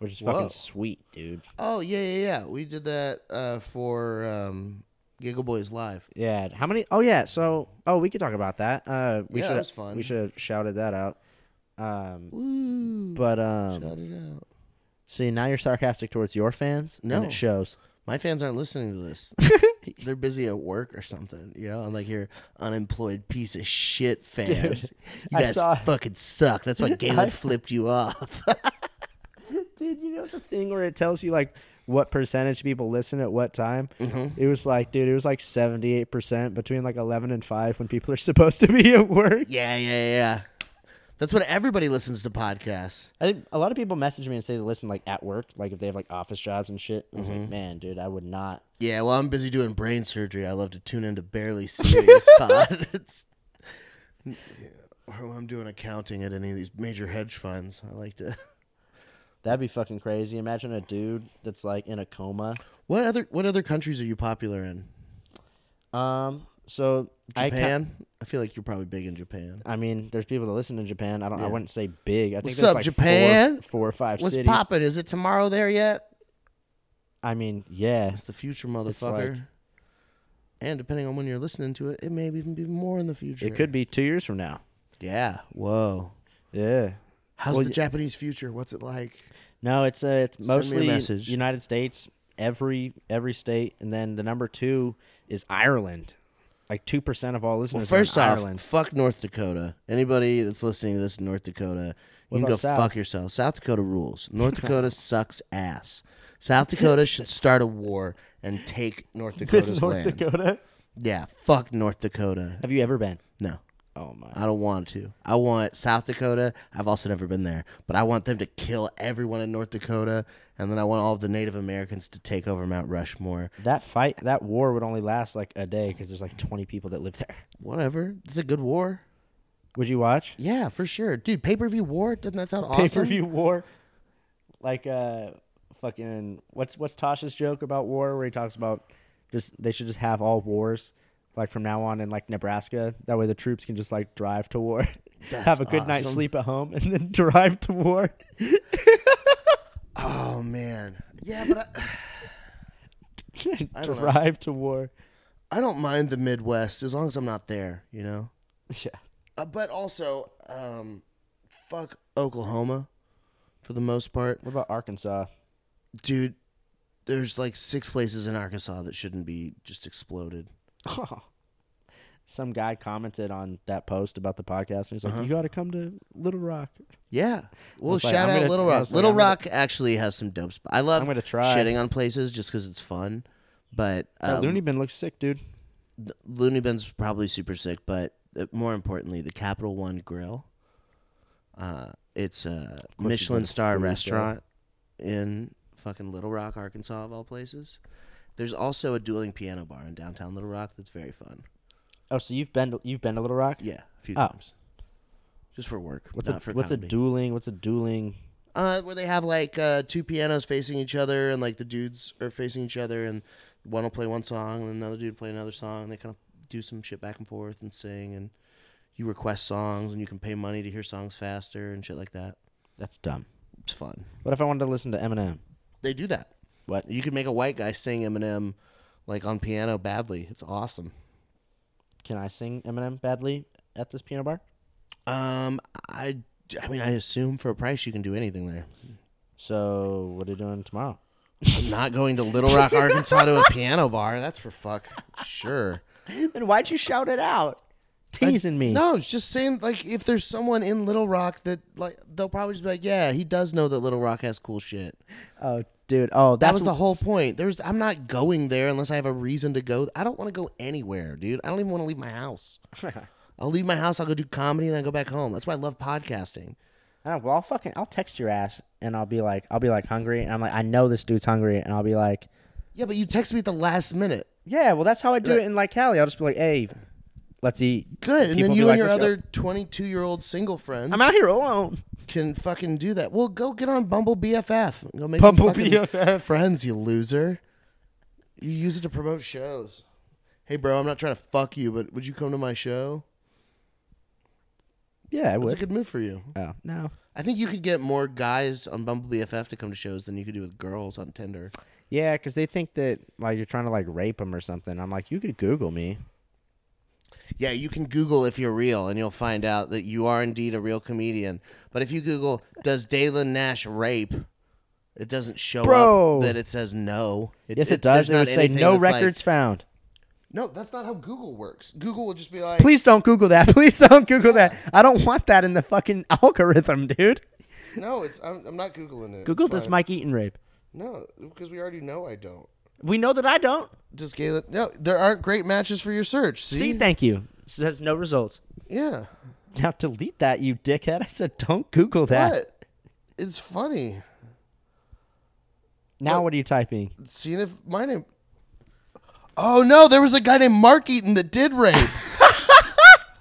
Speaker 1: which is
Speaker 2: Whoa.
Speaker 1: fucking sweet, dude.
Speaker 2: Oh yeah, yeah, yeah. We did that uh, for um, Giggle Boys Live.
Speaker 1: Yeah. How many? Oh yeah. So oh, we could talk about that. Uh, we
Speaker 2: Yeah, that
Speaker 1: should
Speaker 2: was fun.
Speaker 1: we should have shouted that out. Um,
Speaker 2: Woo!
Speaker 1: but um,
Speaker 2: Shout it out.
Speaker 1: See, now you're sarcastic towards your fans, and
Speaker 2: No.
Speaker 1: it shows.
Speaker 2: My fans aren't listening to this. They're busy at work or something, you know. I'm like your unemployed piece of shit fans. you
Speaker 1: I
Speaker 2: guys
Speaker 1: saw-
Speaker 2: fucking suck. That's why Galen flipped you off.
Speaker 1: Dude, you know the thing where it tells you like what percentage people listen at what time? It was like, dude, it was like seventy eight percent between like eleven and five when people are supposed to be at work.
Speaker 2: yeah, yeah, yeah. That's what everybody listens to podcasts.
Speaker 1: I think a lot of people message me and say they listen like at work, like if they have like office jobs and shit. I was like, man, dude, I would not.
Speaker 2: Yeah, well, I'm busy doing brain surgery. I love to tune into barely serious pods. Or when I'm doing accounting at any of these major hedge funds. I like to.
Speaker 1: That'd be fucking crazy. Imagine a dude that's like in a coma.
Speaker 2: What other What other countries are you popular in?
Speaker 1: Um, so I ca-
Speaker 2: Japan. I, feel like you're probably big in Japan.
Speaker 1: I mean, there's people that listen in Japan. I don't. I wouldn't say big. I think
Speaker 2: What's
Speaker 1: there's
Speaker 2: up,
Speaker 1: like Four,
Speaker 2: Japan?
Speaker 1: four or five
Speaker 2: What's
Speaker 1: cities.
Speaker 2: poppin'? Is it tomorrow there yet?
Speaker 1: I mean, yeah.
Speaker 2: It's the future, motherfucker.
Speaker 1: like-
Speaker 2: and depending on when you're listening to it, it may even be more in the future.
Speaker 1: It could be two years from now.
Speaker 2: Yeah. Whoa.
Speaker 1: Yeah.
Speaker 2: How's
Speaker 1: Well,
Speaker 2: the
Speaker 1: y-
Speaker 2: Japanese future? What's it like?
Speaker 1: No, it's uh, it's
Speaker 2: me a
Speaker 1: mostly
Speaker 2: message.
Speaker 1: United States, every every state, and then the number two is Ireland. Like two percent of all
Speaker 2: Well,
Speaker 1: listeners.
Speaker 2: first
Speaker 1: are in
Speaker 2: off,
Speaker 1: Ireland.
Speaker 2: fuck North Dakota. Anybody that's listening to this in North Dakota, you can
Speaker 1: about
Speaker 2: go
Speaker 1: South?
Speaker 2: fuck yourself. South Dakota rules. North Dakota sucks ass. South Dakota should start a war and take North Dakota's
Speaker 1: North
Speaker 2: land.
Speaker 1: Dakota.
Speaker 2: Yeah, fuck North Dakota.
Speaker 1: Have you ever been?
Speaker 2: No,
Speaker 1: Oh my.
Speaker 2: I don't want to. I want South Dakota. I've also never been there, but I want them to kill everyone in North Dakota, and then I want all of the Native Americans to take over Mount Rushmore.
Speaker 1: That fight, that war would only last like a day because there's like 20 people that live there.
Speaker 2: Whatever. It's a good war.
Speaker 1: Would you watch?
Speaker 2: Yeah, for sure, dude. Pay per view war. Doesn't that sound awesome?
Speaker 1: Pay per view war. Like uh, fucking what's what's Tosh's joke about war where he talks about just they should just have all wars like from now on in like Nebraska. That way the troops can just like drive to war, have a good night's
Speaker 2: awesome.
Speaker 1: sleep at home, and then drive to war.
Speaker 2: Oh man, yeah, but I, don't know.
Speaker 1: drive to war.
Speaker 2: I don't mind the Midwest as long as I'm not there, you know.
Speaker 1: Yeah.
Speaker 2: Uh, but also, um, fuck Oklahoma, for the most part,
Speaker 1: What about Arkansas?
Speaker 2: dude. There's like six places in Arkansas that shouldn't be just exploded.
Speaker 1: Some guy commented on that post about the podcast, and he's like,
Speaker 2: Uh-huh.
Speaker 1: "You got to come to Little Rock."
Speaker 2: Yeah. Well,
Speaker 1: was like,
Speaker 2: shout
Speaker 1: I'm
Speaker 2: out
Speaker 1: gonna-
Speaker 2: Little
Speaker 1: I
Speaker 2: Rock.
Speaker 1: was like,
Speaker 2: Little
Speaker 1: I'm gonna-
Speaker 2: Rock actually has some dope spots. I love
Speaker 1: I'm gonna try.
Speaker 2: shitting on places just because it's fun. But
Speaker 1: That
Speaker 2: uh,
Speaker 1: loony bin looks sick, dude.
Speaker 2: th- Looney Bin's probably super sick, but uh, more importantly, the Capital One Grill. Uh, it's a
Speaker 1: you're
Speaker 2: Michelin
Speaker 1: gonna
Speaker 2: star
Speaker 1: freeze, right?
Speaker 2: restaurant in fucking Little Rock, Arkansas, of all places. There's also a dueling piano bar in downtown Little Rock that's very fun.
Speaker 1: Oh, so you've been to, you've been to Little Rock?
Speaker 2: Yeah, a few
Speaker 1: Oh.
Speaker 2: times. Just for work,
Speaker 1: What's
Speaker 2: not
Speaker 1: a
Speaker 2: for
Speaker 1: what's
Speaker 2: comedy.
Speaker 1: a dueling? What's a dueling?
Speaker 2: Uh, where they have like uh, two pianos facing each other, and like the dudes are facing each other, and one will play one song, and another dude will play another song. And they kind of do some shit back and forth and sing, and you request songs, and you can pay money to hear songs faster and shit like that.
Speaker 1: That's dumb.
Speaker 2: It's fun.
Speaker 1: What if I wanted to listen to Eminem?
Speaker 2: They do that.
Speaker 1: What?
Speaker 2: You can make a white guy sing Eminem like on piano badly. It's awesome.
Speaker 1: Can I sing Eminem badly at this piano bar?
Speaker 2: Um, I, I mean, I assume for a price you can do anything there.
Speaker 1: So what are you doing tomorrow?
Speaker 2: I'm not going to Little Rock, Arkansas to a piano bar. That's for fuck sure.
Speaker 1: Then why'd you shout it out? Teasing me.
Speaker 2: No, it's just saying like if there's someone in Little Rock that like they'll probably just be like, yeah, he does know that Little Rock has cool shit.
Speaker 1: Oh, dude. Oh,
Speaker 2: That
Speaker 1: that's
Speaker 2: was the whole point. There's I'm not going there unless I have a reason to go. I don't want to go anywhere, dude. I don't even want to leave my house. I'll leave my house. I'll go do comedy and then I go back home. That's why I love podcasting.
Speaker 1: I don't, well, I'll fucking I'll text your ass and I'll be like I'll be like hungry and I'm like I know this dude's hungry and I'll be like
Speaker 2: Yeah, but you text me at the last minute.
Speaker 1: yeah well that's how I do it in like Cali I'll just be like hey let's eat
Speaker 2: Good, and
Speaker 1: People
Speaker 2: then
Speaker 1: be
Speaker 2: you
Speaker 1: like,
Speaker 2: and your
Speaker 1: "Let's go."
Speaker 2: other 22 year old single friends
Speaker 1: I'm out here alone
Speaker 2: can fucking do that. Well, go get on Bumble BFF. Go make
Speaker 1: Bumble
Speaker 2: some fucking
Speaker 1: BFF.
Speaker 2: friends, you loser. You use it to promote shows. Hey, bro, I'm not trying to fuck you, but would you come to my show?
Speaker 1: yeah I
Speaker 2: It's a
Speaker 1: would
Speaker 2: good move for you.
Speaker 1: oh no
Speaker 2: I think you could get more guys on Bumble BFF to come to shows than you could do with girls on Tinder.
Speaker 1: yeah because they think that like you're trying to like rape them or something I'm like you could Google me
Speaker 2: Yeah, you can Google if you're real, and you'll find out that you are indeed a real comedian. But if you Google "Does Dalen Nash rape," it doesn't show
Speaker 1: Bro.
Speaker 2: up that it says no.
Speaker 1: yes it,
Speaker 2: there's
Speaker 1: does and it
Speaker 2: not
Speaker 1: would say
Speaker 2: anything
Speaker 1: no
Speaker 2: that's like-
Speaker 1: records found
Speaker 2: no, that's not how Google works. Google will just be like,
Speaker 1: please don't Google that please don't Google that I don't want that in the fucking algorithm dude
Speaker 2: "No, it's I'm, I'm not googling it."
Speaker 1: Google
Speaker 2: It's
Speaker 1: does
Speaker 2: fine.
Speaker 1: Mike Eaton rape
Speaker 2: no because we already know I don't.
Speaker 1: we know that I don't
Speaker 2: Does Galen? No, there aren't great matches for your search. See,
Speaker 1: see thank you says no results
Speaker 2: yeah,
Speaker 1: Now delete that, you dickhead. I said, don't Google that.
Speaker 2: but it's funny.
Speaker 1: Now what are you typing?
Speaker 2: seeing if my name. Oh no, there was a guy named Mark Eaton that did rape.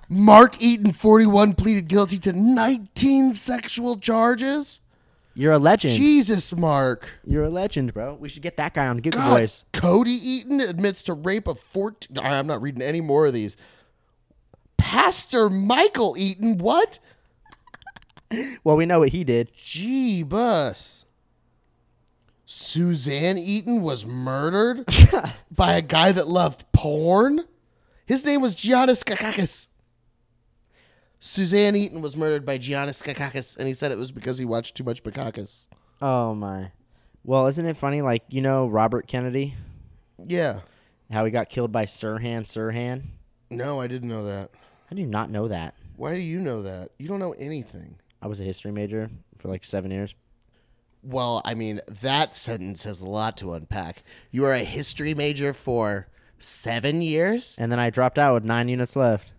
Speaker 2: Mark Eaton, 41, pleaded guilty to 19 sexual charges.
Speaker 1: You're a legend.
Speaker 2: Jesus, Mark.
Speaker 1: You're a legend, bro. We should get that guy on Google
Speaker 2: God,
Speaker 1: Voice.
Speaker 2: Cody Eaton admits to rape of 14. I- I'm not reading any more of these. Pastor Michael Eaton, what?
Speaker 1: Well, we know what he did.
Speaker 2: Gee, bus. Suzanne Eaton was murdered by a guy that loved porn. His name was Giannis Kakakis. Suzanne Eaton was murdered by Giannis Kakakis, and he said it was because he watched too much Bakakis.
Speaker 1: Oh my. Well, isn't it funny? Like you know Robert Kennedy,
Speaker 2: Yeah.
Speaker 1: how he got killed by Sirhan Sirhan.
Speaker 2: No, I didn't know that.
Speaker 1: I do not know that.
Speaker 2: Why do you know that? You don't know anything.
Speaker 1: I was a history major for like seven years.
Speaker 2: Well, I mean, that sentence has a lot to unpack. You are a history major for seven years?
Speaker 1: And then I dropped out with nine units left.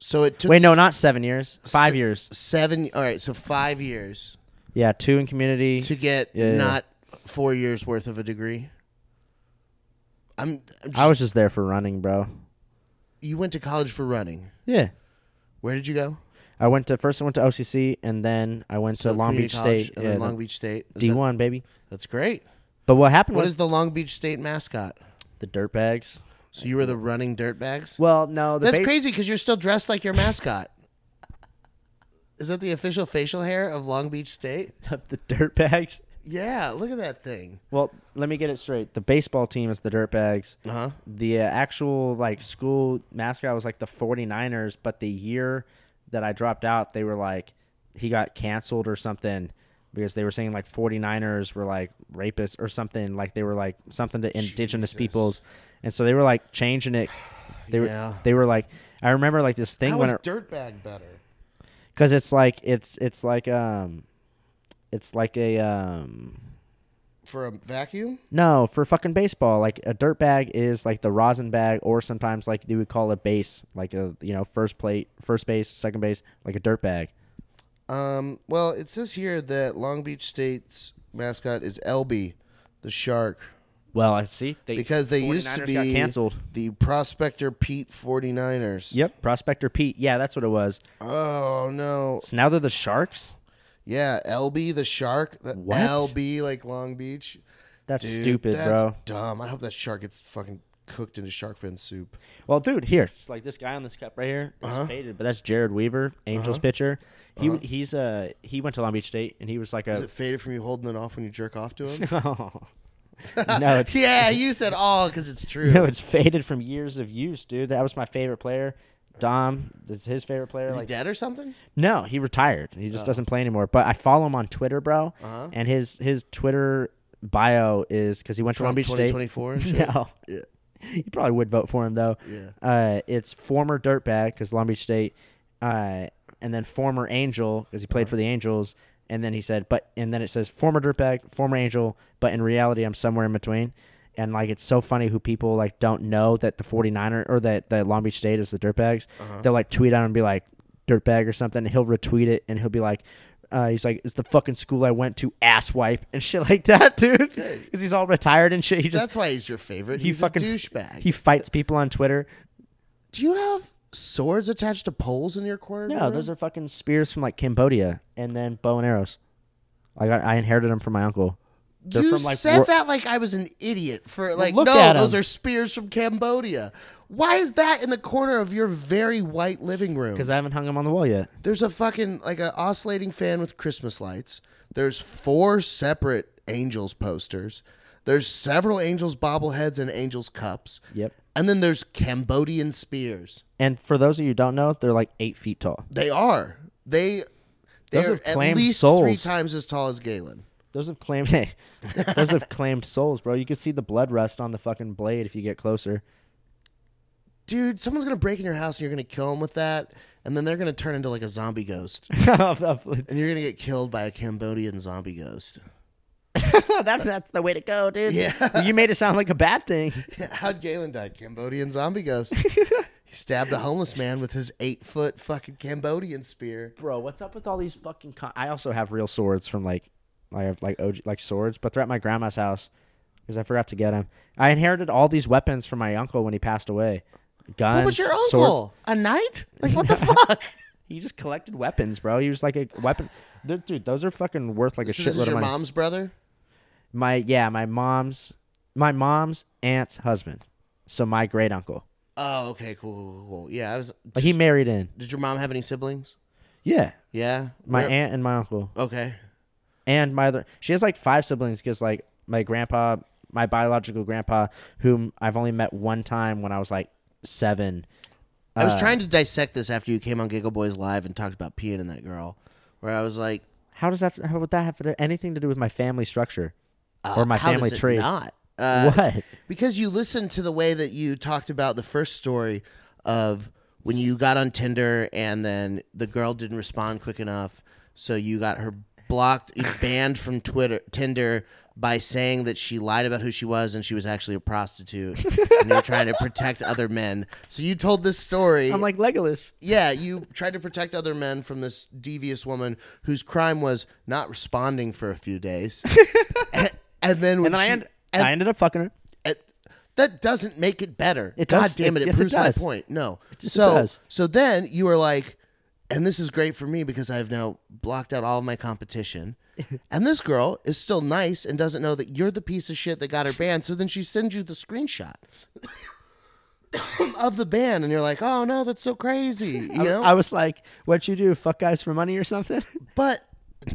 Speaker 2: So it took
Speaker 1: Wait, no,
Speaker 2: you
Speaker 1: not seven years. Five
Speaker 2: S-
Speaker 1: years.
Speaker 2: seven. All right, so five years.
Speaker 1: Yeah, two in community.
Speaker 2: to get
Speaker 1: Yeah, yeah.
Speaker 2: not four years worth of a degree. I'm, I'm just,
Speaker 1: I was just there for running, bro.
Speaker 2: you went to college for running.
Speaker 1: Yeah.
Speaker 2: Where did you go?
Speaker 1: I went to first I went to OCC and then I went to
Speaker 2: So
Speaker 1: Long
Speaker 2: community
Speaker 1: Beach
Speaker 2: college
Speaker 1: State.
Speaker 2: and
Speaker 1: Yeah,
Speaker 2: then Long Beach State. Is
Speaker 1: D
Speaker 2: that-
Speaker 1: one baby.
Speaker 2: that's great.
Speaker 1: But what happened
Speaker 2: What
Speaker 1: was
Speaker 2: is the Long Beach State mascot?
Speaker 1: the dirt bags.
Speaker 2: So you were the running dirtbags.
Speaker 1: Well, no, the
Speaker 2: That's
Speaker 1: ba-
Speaker 2: crazy because you're still dressed like your mascot. is that the official facial hair of Long Beach State?
Speaker 1: the dirt bags.
Speaker 2: Yeah, look at that thing.
Speaker 1: Well, let me get it straight. The baseball team is the dirt bags.
Speaker 2: Uh huh.
Speaker 1: The uh, actual like school mascot was like the 49ers, but the year that I dropped out, they were like he got canceled or something because they were saying like 49ers were like rapists or something like they were like something to indigenous peoples. And so they were like changing it. They
Speaker 2: Yeah.
Speaker 1: were they were like I remember like this thing
Speaker 2: How
Speaker 1: when
Speaker 2: is
Speaker 1: it,
Speaker 2: dirtbag better?
Speaker 1: because it's like it's it's like um it's like a um
Speaker 2: For a vacuum?
Speaker 1: no for fucking baseball like a dirt bag is like the rosin bag or sometimes like they would call a base like a you know first plate first base second base like a dirt bag
Speaker 2: Um, well, it says here that Long Beach State's mascot is LB, the shark,
Speaker 1: well i see they
Speaker 2: because they used to
Speaker 1: 49ers
Speaker 2: be
Speaker 1: got canceled
Speaker 2: the Prospector Pete 49ers.
Speaker 1: yep prospector pete yeah that's what it was
Speaker 2: Oh, no.
Speaker 1: so now they're the sharks
Speaker 2: Yeah, LB, the shark. The
Speaker 1: What?
Speaker 2: LB, like Long Beach.
Speaker 1: that's
Speaker 2: Dude,
Speaker 1: stupid
Speaker 2: that's
Speaker 1: bro
Speaker 2: dumb. I hope that shark gets fucking cooked into shark fin soup.
Speaker 1: Well, dude, here it's like this guy on this cup right here. It's
Speaker 2: Uh-huh.
Speaker 1: faded, but that's Jared Weaver, Angels pitcher. He he's uh he went to Long Beach State and he was like
Speaker 2: Is
Speaker 1: a
Speaker 2: it faded from you holding it off when you jerk off to him?
Speaker 1: no, it's
Speaker 2: yeah, you said all because it's true.
Speaker 1: no, it's faded from years of use, dude. That was my favorite player. Dom, that's his favorite player.
Speaker 2: Is he
Speaker 1: like,
Speaker 2: dead Oh. or something?
Speaker 1: no,
Speaker 2: Uh-huh.
Speaker 1: he retired. He just doesn't play anymore. But I follow him on Twitter, bro. And his his Twitter bio is because he went to Long
Speaker 2: Trump
Speaker 1: Beach
Speaker 2: twenty
Speaker 1: State.
Speaker 2: twenty four and shit.
Speaker 1: No,
Speaker 2: Yeah.
Speaker 1: you probably would vote for him though.
Speaker 2: Yeah.
Speaker 1: Uh, it's former dirtbag because Long Beach State, uh, and then former Angel because he played
Speaker 2: Uh-huh.
Speaker 1: for the Angels, and then he said, but and then it says former dirtbag, former Angel, but in reality I'm somewhere in between, and like it's so funny who people like don't know that the 49er or that that Long Beach State is the dirtbags.
Speaker 2: Uh-huh.
Speaker 1: They'll like tweet out and be like dirtbag or something, and he'll retweet it and he'll be like. Uh, he's like, it's the fucking school I went to, asswipe, and shit like that, dude. Because he's all retired and shit. He just
Speaker 2: That's why he's your favorite.
Speaker 1: he
Speaker 2: he's
Speaker 1: fucking
Speaker 2: a douchebag.
Speaker 1: He fights people on Twitter.
Speaker 2: Do you have swords attached to poles in your corner?
Speaker 1: No, those are fucking spears from like Cambodia, and then bow and arrows. Like I, I inherited them from my uncle. They're
Speaker 2: You
Speaker 1: from, like,
Speaker 2: said
Speaker 1: Ro-
Speaker 2: that like I was an idiot for like
Speaker 1: look
Speaker 2: no,
Speaker 1: at 'em.
Speaker 2: those are spears from Cambodia. Why is that in the corner of your very white living room?
Speaker 1: Because I haven't hung them on the wall yet.
Speaker 2: There's a fucking like an oscillating fan with Christmas lights. There's four separate angels posters. There's several angels bobbleheads and angels cups.
Speaker 1: Yep.
Speaker 2: And then there's Cambodian spears.
Speaker 1: And for those of you who don't know, they're like eight feet tall.
Speaker 2: They are. They
Speaker 1: Those
Speaker 2: they're
Speaker 1: are
Speaker 2: at
Speaker 1: claimed
Speaker 2: least three
Speaker 1: souls.
Speaker 2: times as tall as Galen.
Speaker 1: Those have claimed, hey, those have claimed souls, bro. You can see the blood rust on the fucking blade if you get closer.
Speaker 2: Dude, someone's gonna break in your house and you're gonna kill them with that, and then they're gonna turn into like a zombie ghost,
Speaker 1: that's
Speaker 2: and you're gonna get killed by a Cambodian zombie ghost.
Speaker 1: that's the way to go, dude.
Speaker 2: Yeah.
Speaker 1: You made it sound like a bad thing.
Speaker 2: How'd Galen die? Cambodian zombie ghost. he stabbed a homeless man with his eight foot fucking Cambodian spear.
Speaker 1: bro what's up with all these fucking con- i also have real swords from like i have like OG, like swords but they're at my grandma's house because i forgot to get them i inherited all these weapons from my uncle when he passed away guns
Speaker 2: What was your uncle?
Speaker 1: swords.
Speaker 2: A knight? Like what the fuck?
Speaker 1: he just collected weapons bro he was like a weapon They're- dude those are fucking worth like a
Speaker 2: So this
Speaker 1: shitload
Speaker 2: is
Speaker 1: of
Speaker 2: your
Speaker 1: money
Speaker 2: mom's brother?
Speaker 1: my yeah my mom's my mom's aunt's husband so my great uncle
Speaker 2: Oh, okay, cool, cool, cool, cool. Yeah, I was.
Speaker 1: like he married in
Speaker 2: Did your mom have any siblings?
Speaker 1: yeah
Speaker 2: Yeah,
Speaker 1: my
Speaker 2: Where-
Speaker 1: aunt and my uncle
Speaker 2: Okay,
Speaker 1: and my other she has like five siblings because like my grandpa my biological grandpa whom i've only met one time when i was like seven
Speaker 2: I
Speaker 1: uh,
Speaker 2: was trying to dissect this after you came on Giggle Boys Live and talked about peeing in that girl, where I was like,
Speaker 1: how does that how would that have to- anything to do with my family structure
Speaker 2: uh,
Speaker 1: or my
Speaker 2: how
Speaker 1: family
Speaker 2: does it
Speaker 1: tree
Speaker 2: Not uh,
Speaker 1: What?
Speaker 2: Because you listened to the way that you talked about the first story of when you got on Tinder and then the girl didn't respond quick enough, so you got her blocked, banned from Twitter, Tinder by saying that she lied about who she was and she was actually a prostitute and you're trying to protect other men. So you told this story.
Speaker 1: i'm like legolas
Speaker 2: Yeah, you tried to protect other men from this devious woman whose crime was not responding for a few days. and, and then when
Speaker 1: and, I,
Speaker 2: she,
Speaker 1: end,
Speaker 2: and-
Speaker 1: I ended up fucking her
Speaker 2: and- that doesn't make it better.
Speaker 1: It
Speaker 2: God
Speaker 1: does-
Speaker 2: damn it,
Speaker 1: it-
Speaker 2: it,
Speaker 1: yes, it
Speaker 2: proves my
Speaker 1: does.
Speaker 2: point. No.
Speaker 1: just
Speaker 2: so
Speaker 1: does.
Speaker 2: so then you were like and this is great for me because I've now blocked out all of my competition. and this girl is still nice and doesn't know that you're the piece of shit that got her banned. So then she sends you the screenshot of the ban and you're like, "Oh no, that's so crazy." You know?
Speaker 1: i was like what you do fuck guys for money or something
Speaker 2: But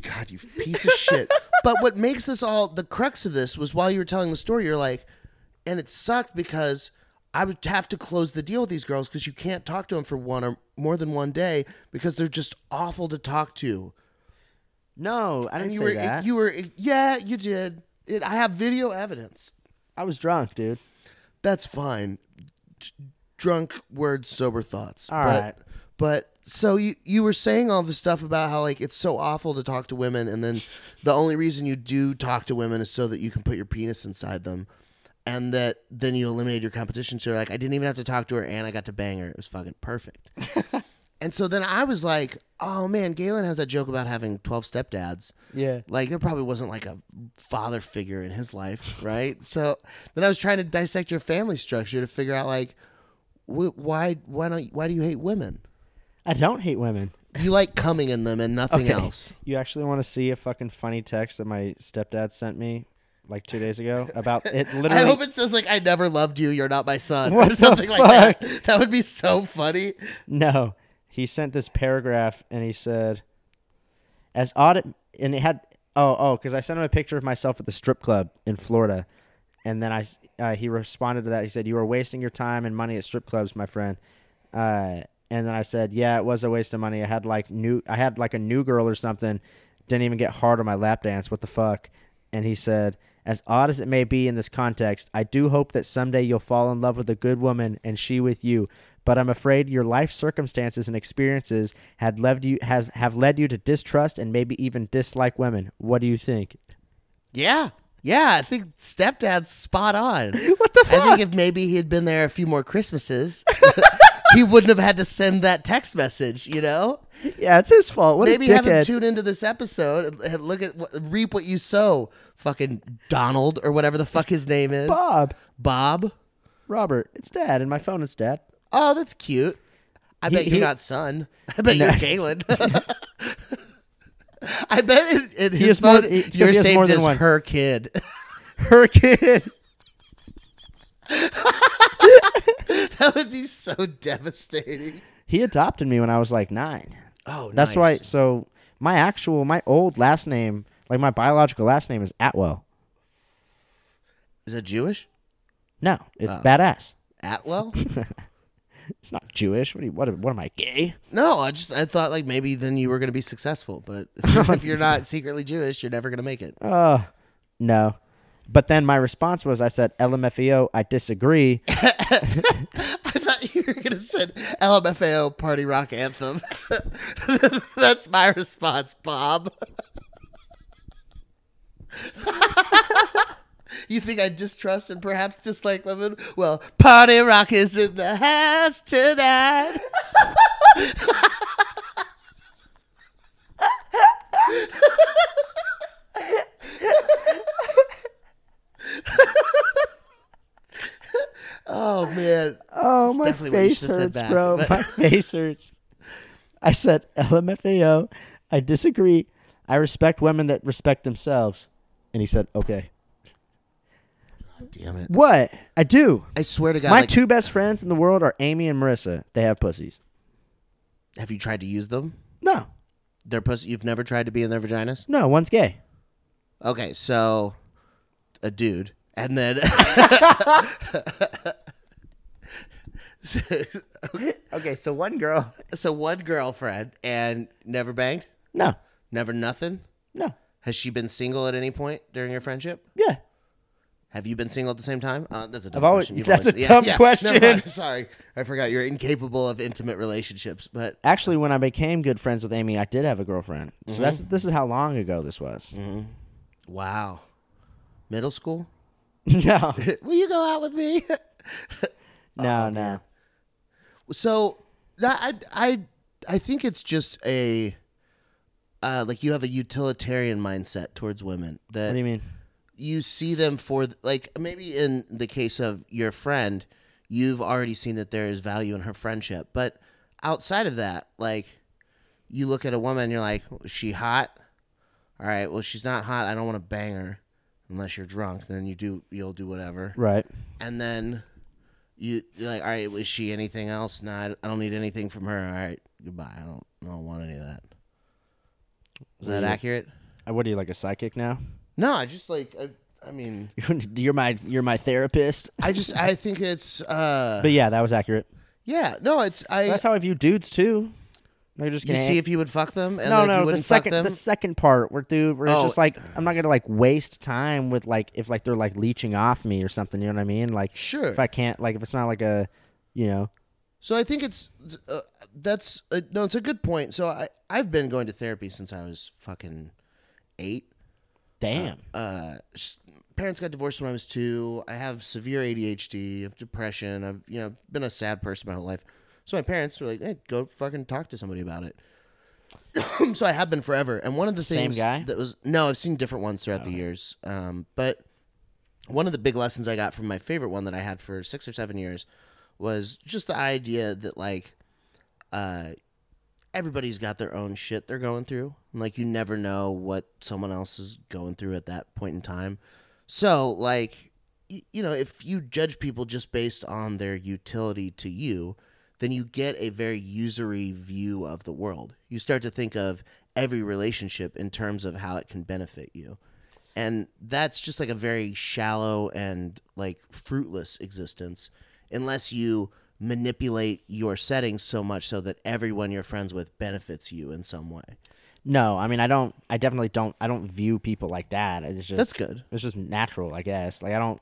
Speaker 2: God, you piece of shit. But what makes this all the crux of this was while you were telling the story, you're like, and it sucked because I would have to close the deal with these girls because you can't talk to them for one or more than one day because they're just awful to talk to.
Speaker 1: no i didn't
Speaker 2: And you
Speaker 1: say
Speaker 2: were,
Speaker 1: that
Speaker 2: you were, yeah, you did. It, I have video evidence.
Speaker 1: i was drunk dude
Speaker 2: That's fine. D- Drunk words, sober thoughts.
Speaker 1: All
Speaker 2: but,
Speaker 1: right.
Speaker 2: But so you you were saying all this stuff about how like it's so awful to talk to women, and then the only reason you do talk to women is so that you can put your penis inside them, and that then you eliminate your competition. So you're like, I didn't even have to talk to her, and I got to bang her. It was fucking perfect. and so then I was like, oh man, Galen has that joke about having twelve stepdads
Speaker 1: yeah
Speaker 2: like there probably wasn't like a father figure in his life, right? so then I was trying to dissect your family structure to figure out like wh- why why don't why do you hate women?
Speaker 1: i don't hate women
Speaker 2: You like coming in them and nothing
Speaker 1: Okay.
Speaker 2: else.
Speaker 1: You actually want to see a fucking funny text that my stepdad sent me like two days ago about it? Literally,
Speaker 2: I hope it says like I never loved you, you're not my son
Speaker 1: What
Speaker 2: or
Speaker 1: the
Speaker 2: something like that. That would be so funny.
Speaker 1: no. He sent this paragraph and he said, as audit, and it had oh oh because I sent him a picture of myself at the strip club in Florida, and then I s- uh, he responded to that. He said, "You are wasting your time and money at strip clubs, my friend." Uh, and then I said, "Yeah, it was a waste of money. I had like new, I had like a new girl or something. Didn't even get hard on my lap dance. What the fuck?" And he said, As odd as it may be in this context, I do hope that someday you'll fall in love with a good woman and she with you. But I'm afraid your life circumstances and experiences had led you have, have led you to distrust and maybe even dislike women. What do you think?
Speaker 2: Yeah. Yeah, I think stepdad's spot on.
Speaker 1: What the
Speaker 2: I think if maybe he had been there a few more Christmases, he wouldn't have had to send that text message, you know?
Speaker 1: Yeah, it's his fault. What
Speaker 2: Maybe
Speaker 1: a
Speaker 2: have him
Speaker 1: dickhead.
Speaker 2: tune into this episode and- and look at what, reap what you sow, fucking Donald or whatever the fuck his name is.
Speaker 1: Bob,
Speaker 2: Bob.
Speaker 1: Robert, it's Dad, and my phone is Dad.
Speaker 2: Oh, that's cute. I
Speaker 1: He-
Speaker 2: bet you're
Speaker 1: he-
Speaker 2: not son. I bet you're Caitlin. I bet in, in his
Speaker 1: has more-
Speaker 2: phone,
Speaker 1: it's 'cause
Speaker 2: you're
Speaker 1: he has more
Speaker 2: saved
Speaker 1: than
Speaker 2: as
Speaker 1: one.
Speaker 2: her kid.
Speaker 1: Her kid.
Speaker 2: that would be so devastating.
Speaker 1: He adopted me when I was like nine.
Speaker 2: Oh,
Speaker 1: That's why.
Speaker 2: nice.
Speaker 1: So my actual, my old last name, like my biological last name, is Atwell.
Speaker 2: Is it Jewish?
Speaker 1: No, it's badass.
Speaker 2: Atwell?
Speaker 1: It's not Jewish. What, do you, what, what am I gay?
Speaker 2: no, I just I thought like maybe then you were gonna be successful, but if you're, if you're not secretly Jewish, you're never gonna make it.
Speaker 1: Uh, no. But then my response was, I said, LMFAO, E I disagree.
Speaker 2: I thought you were gonna send LMFAO party rock anthem. That's my response, Bob. you think I distrust and perhaps dislike women? Well, party rock is in the house tonight. Oh man.
Speaker 1: Oh,
Speaker 2: It's
Speaker 1: my
Speaker 2: definitely what you
Speaker 1: face
Speaker 2: should've said
Speaker 1: hurts,
Speaker 2: back,
Speaker 1: bro.
Speaker 2: but-
Speaker 1: My face hurts. I said, LMFAO, E I disagree. I respect women that respect themselves. And he said, okay.
Speaker 2: Damn it.
Speaker 1: What? I do.
Speaker 2: I swear to God,
Speaker 1: my
Speaker 2: like,
Speaker 1: two best friends in the world are Amy and Marissa. They have pussies.
Speaker 2: have you tried to use them?
Speaker 1: No,
Speaker 2: Their pussy you've never tried to be in their vaginas?
Speaker 1: no, one's gay.
Speaker 2: Okay, so a dude, and then so,
Speaker 1: Okay, so one girl.
Speaker 2: so one girlfriend, and never banged,
Speaker 1: No,
Speaker 2: never nothing.
Speaker 1: no,
Speaker 2: Has she been single at any point during your friendship?
Speaker 1: yeah.
Speaker 2: Have you been single at the same time? Uh, that's a dumb
Speaker 1: I've always-
Speaker 2: question. You've
Speaker 1: that's a dumb
Speaker 2: never
Speaker 1: question.
Speaker 2: mind. Sorry, I forgot you're incapable of intimate relationships. But
Speaker 1: Actually, when I became good friends with Amy, I did have a girlfriend.
Speaker 2: Mm-hmm.
Speaker 1: So that's this is how long ago this was.
Speaker 2: wow, middle school? Mm-hmm.
Speaker 1: No,
Speaker 2: Will you go out with me?
Speaker 1: no, no.
Speaker 2: So that I I I think it's just a uh, like you have a utilitarian mindset towards women
Speaker 1: What
Speaker 2: that
Speaker 1: do you mean?
Speaker 2: you see them for th- like maybe in the case of your friend, you've already seen that there is value in her friendship, but outside of that, like you look at a woman, you're like, "Is she hot? All right, well she's not hot. I don't want to bang her unless you're drunk. Then you do you'll do whatever
Speaker 1: Right.
Speaker 2: and then you you're like, all right, was she anything else? No, I, I don't need anything from her. All right, goodbye. I don't, I don't want any of that. Is that
Speaker 1: Yeah.
Speaker 2: accurate?
Speaker 1: Uh, What are you like a psychic now?
Speaker 2: No, I just like, I, I mean,
Speaker 1: you're my you're my therapist.
Speaker 2: I just, I think it's, uh,
Speaker 1: But yeah, that was accurate.
Speaker 2: yeah, no, it's, I,
Speaker 1: That's how I view dudes too. They're just
Speaker 2: you
Speaker 1: gonna
Speaker 2: see if you would fuck them, and
Speaker 1: no,
Speaker 2: then if you
Speaker 1: no. The
Speaker 2: wouldn't
Speaker 1: second,
Speaker 2: fuck them,
Speaker 1: the second part, where dude, where it's
Speaker 2: Oh.
Speaker 1: just like I'm not gonna like waste time with like if like they're like leeching off me or something. You know what I mean? Like
Speaker 2: sure.
Speaker 1: if I can't, like if it's not like a, you know,
Speaker 2: So I think it's uh, that's uh, no, it's a good point. So I I've been going to therapy since I was fucking eight.
Speaker 1: damn.
Speaker 2: uh, s- parents got divorced when I was two. I have severe ADHD, I have depression. I've you know been a sad person my whole life. So my parents were like, "Hey, go fucking talk to somebody about it." so I have been forever. And one of the
Speaker 1: Same
Speaker 2: things
Speaker 1: guy?
Speaker 2: that was no, I've seen different ones throughout the years. Um, but one of the big lessons I got from my favorite one that I had for six or seven years was just the idea that like uh everybody's got their own shit they're going through. And, Like you never know what someone else is going through at that point in time. So like y- you know, if you judge people just based on their utility to you, then you get a very usury view of the world. You start to think of every relationship in terms of how it can benefit you. And that's just like a very shallow and like fruitless existence unless you manipulate your settings so much so that everyone you're friends with benefits you in some way.
Speaker 1: No, I mean I don't. I definitely don't. I don't view people like that. It's just
Speaker 2: That's good.
Speaker 1: It's just natural, I guess. Like I don't.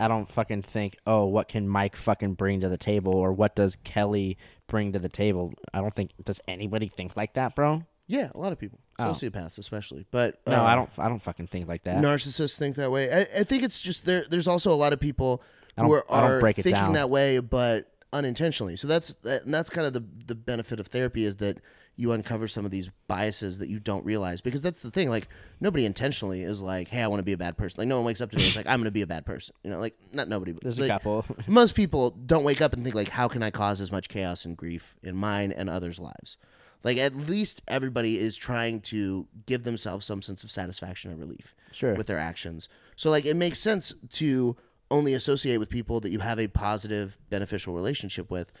Speaker 1: I don't fucking think. Oh, what can Mike fucking bring to the table, or what does Kelly bring to the table? I don't think. Does anybody think like that, bro?
Speaker 2: Yeah, a lot of people, sociopaths especially. But
Speaker 1: No,
Speaker 2: uh,
Speaker 1: I don't. I don't fucking think like that.
Speaker 2: Narcissists think that way. I, I think it's just there. There's also a lot of people who
Speaker 1: don't-
Speaker 2: are,
Speaker 1: I don't break it
Speaker 2: thinking
Speaker 1: down.
Speaker 2: that way, but unintentionally. So that's that, and that's kind of the the benefit of therapy is that you uncover some of these biases that you don't realize because that's the thing. Like nobody intentionally is like, "Hey, I want to be a bad person." Like no one wakes up today and is like, "I'm going to be a bad person." You know, like not nobody. But
Speaker 1: There's a
Speaker 2: like,
Speaker 1: couple.
Speaker 2: most people don't wake up and think like how can i cause as much chaos and grief in mine and others lives like at least everybody is trying to give themselves some sense of satisfaction or relief
Speaker 1: Sure.
Speaker 2: with their actions so like it makes sense to only associate with people that you have a positive beneficial relationship with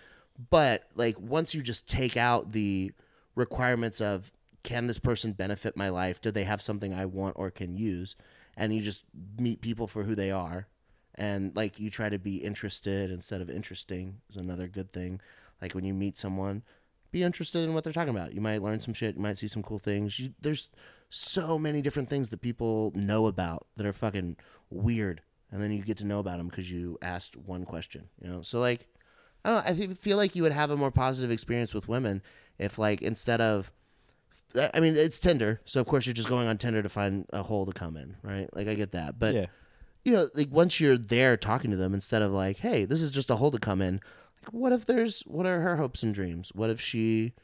Speaker 2: but like once you just take out the requirements of can this person benefit my life do they have something i want or can use and you just meet people for who they are and like you try to be interested instead of interesting is another good thing like when you meet someone be interested in what they're talking about you might learn some shit you might see some cool things you, there's so many different things that people know about that are fucking weird and then you get to know about them because you asked one question you know so like i don't know, i thi- feel like you would have a more positive experience with women if like instead of i mean it's tinder so of course you're just going on tinder to find a hole to come in right like i get that but
Speaker 1: yeah.
Speaker 2: you know, like once you're there talking to them, instead of like, hey, this is just a hole to come in. Like, what if there's what are her hopes and dreams? What if she,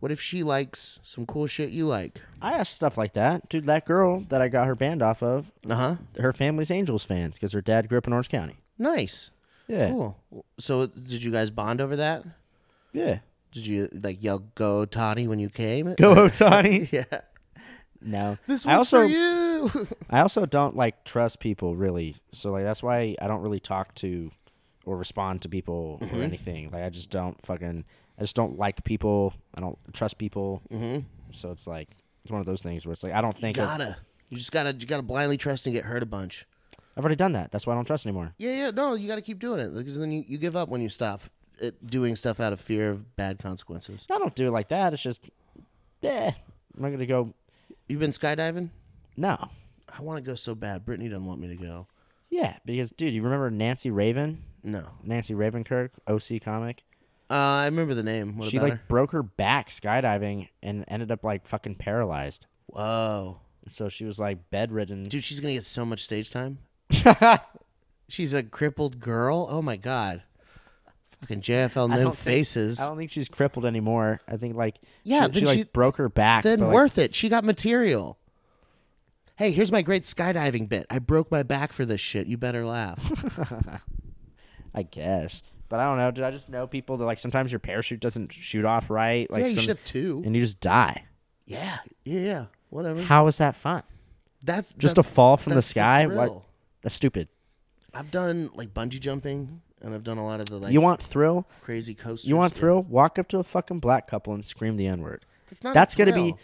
Speaker 2: what if she likes some cool shit you like?
Speaker 1: I ask stuff like that, dude. That girl that I got her band off of,
Speaker 2: Uh huh.
Speaker 1: her family's Angels fans because her dad grew up in Orange County.
Speaker 2: Nice.
Speaker 1: Yeah.
Speaker 2: Cool. So did you guys bond over that?
Speaker 1: Yeah.
Speaker 2: Did you like yell "Go Toddy" when you came?
Speaker 1: Go, Otani.
Speaker 2: yeah.
Speaker 1: no.
Speaker 2: Oh, This
Speaker 1: I
Speaker 2: one's
Speaker 1: also
Speaker 2: for you.
Speaker 1: I also don't like trust people really. So like that's why I don't really talk to or respond to people or anything. Like I just don't fucking I just don't like people. I don't trust people. Mm-hmm. So it's like it's one of those things where it's like I don't think of,
Speaker 2: gotta. You just gotta. You gotta blindly trust and get hurt a bunch.
Speaker 1: I've already done that. That's why I don't trust anymore.
Speaker 2: Yeah, yeah. No, you gotta keep doing it because then you, you give up when you stop uh, doing stuff out of fear of bad consequences.
Speaker 1: I don't do it like that. It's just yeah. I'm not gonna go
Speaker 2: You've been skydiving?
Speaker 1: no.
Speaker 2: I want to go so bad. Brittany doesn't want me to go.
Speaker 1: Yeah, because dude, you remember Nancy Raven?
Speaker 2: No.
Speaker 1: Nancy Ravenkirk, OC comic.
Speaker 2: Uh, I remember the name. What
Speaker 1: she
Speaker 2: about
Speaker 1: like
Speaker 2: her?
Speaker 1: broke her back skydiving and ended up like fucking paralyzed.
Speaker 2: Whoa.
Speaker 1: So she was like bedridden.
Speaker 2: Dude, she's going to get so much stage time. She's a crippled girl? Oh my God. Fucking JFL
Speaker 1: I
Speaker 2: No
Speaker 1: don't think-
Speaker 2: Faces.
Speaker 1: I don't think she's crippled anymore. I think like
Speaker 2: Yeah,
Speaker 1: she, she,
Speaker 2: then
Speaker 1: like
Speaker 2: she-
Speaker 1: broke her back.
Speaker 2: then
Speaker 1: but, like,
Speaker 2: worth it. She got material. Hey, here's my great skydiving bit. I broke my back for this shit. You better laugh.
Speaker 1: I guess. But I don't know, dude. I just know people that like sometimes your parachute doesn't shoot off right. Like
Speaker 2: yeah, you
Speaker 1: some-
Speaker 2: should have two.
Speaker 1: and you just die.
Speaker 2: Yeah, yeah, yeah. Whatever.
Speaker 1: How is that fun?
Speaker 2: That's
Speaker 1: Just
Speaker 2: that's-
Speaker 1: a fall from the
Speaker 2: that's
Speaker 1: sky? what?
Speaker 2: thrill.
Speaker 1: That's stupid.
Speaker 2: I've done like bungee jumping, and I've done a lot of the like
Speaker 1: you want thrill?
Speaker 2: crazy coasters.
Speaker 1: You want
Speaker 2: Yeah.
Speaker 1: thrill? Walk up to a fucking black couple and scream the n word.
Speaker 2: That's not.
Speaker 1: That's
Speaker 2: a
Speaker 1: gonna
Speaker 2: thrill.
Speaker 1: be.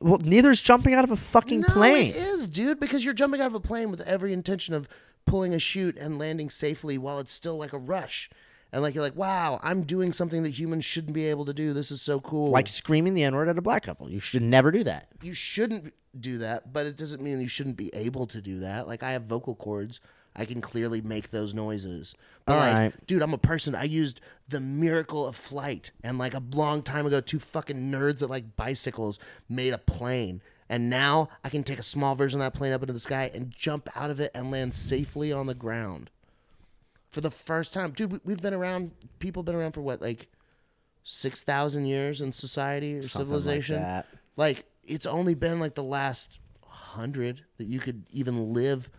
Speaker 1: Well, neither's jumping out of a fucking
Speaker 2: no,
Speaker 1: plane.
Speaker 2: It is, dude, because you're jumping out of a plane with every intention of pulling a chute and landing safely while it's still like a rush, and like you're like, wow, I'm doing something that humans shouldn't be able to do. This is so cool.
Speaker 1: Like screaming the n word at a black couple. You should never do that.
Speaker 2: you shouldn't do that, but it doesn't mean you shouldn't be able to do that. Like I have vocal cords. I can clearly make those noises. But
Speaker 1: All
Speaker 2: like,
Speaker 1: right.
Speaker 2: dude, I'm a person. I used the miracle of flight. And like a long time ago, two fucking nerds that like bicycles made a plane. And now I can take a small version of that plane up into the sky and jump out of it and land safely on the ground. For the first time. Dude, we- we've been around people have been around for what, like six thousand years in society or
Speaker 1: Something like
Speaker 2: civilization?
Speaker 1: that.
Speaker 2: like it's only been like the last hundred that you could even live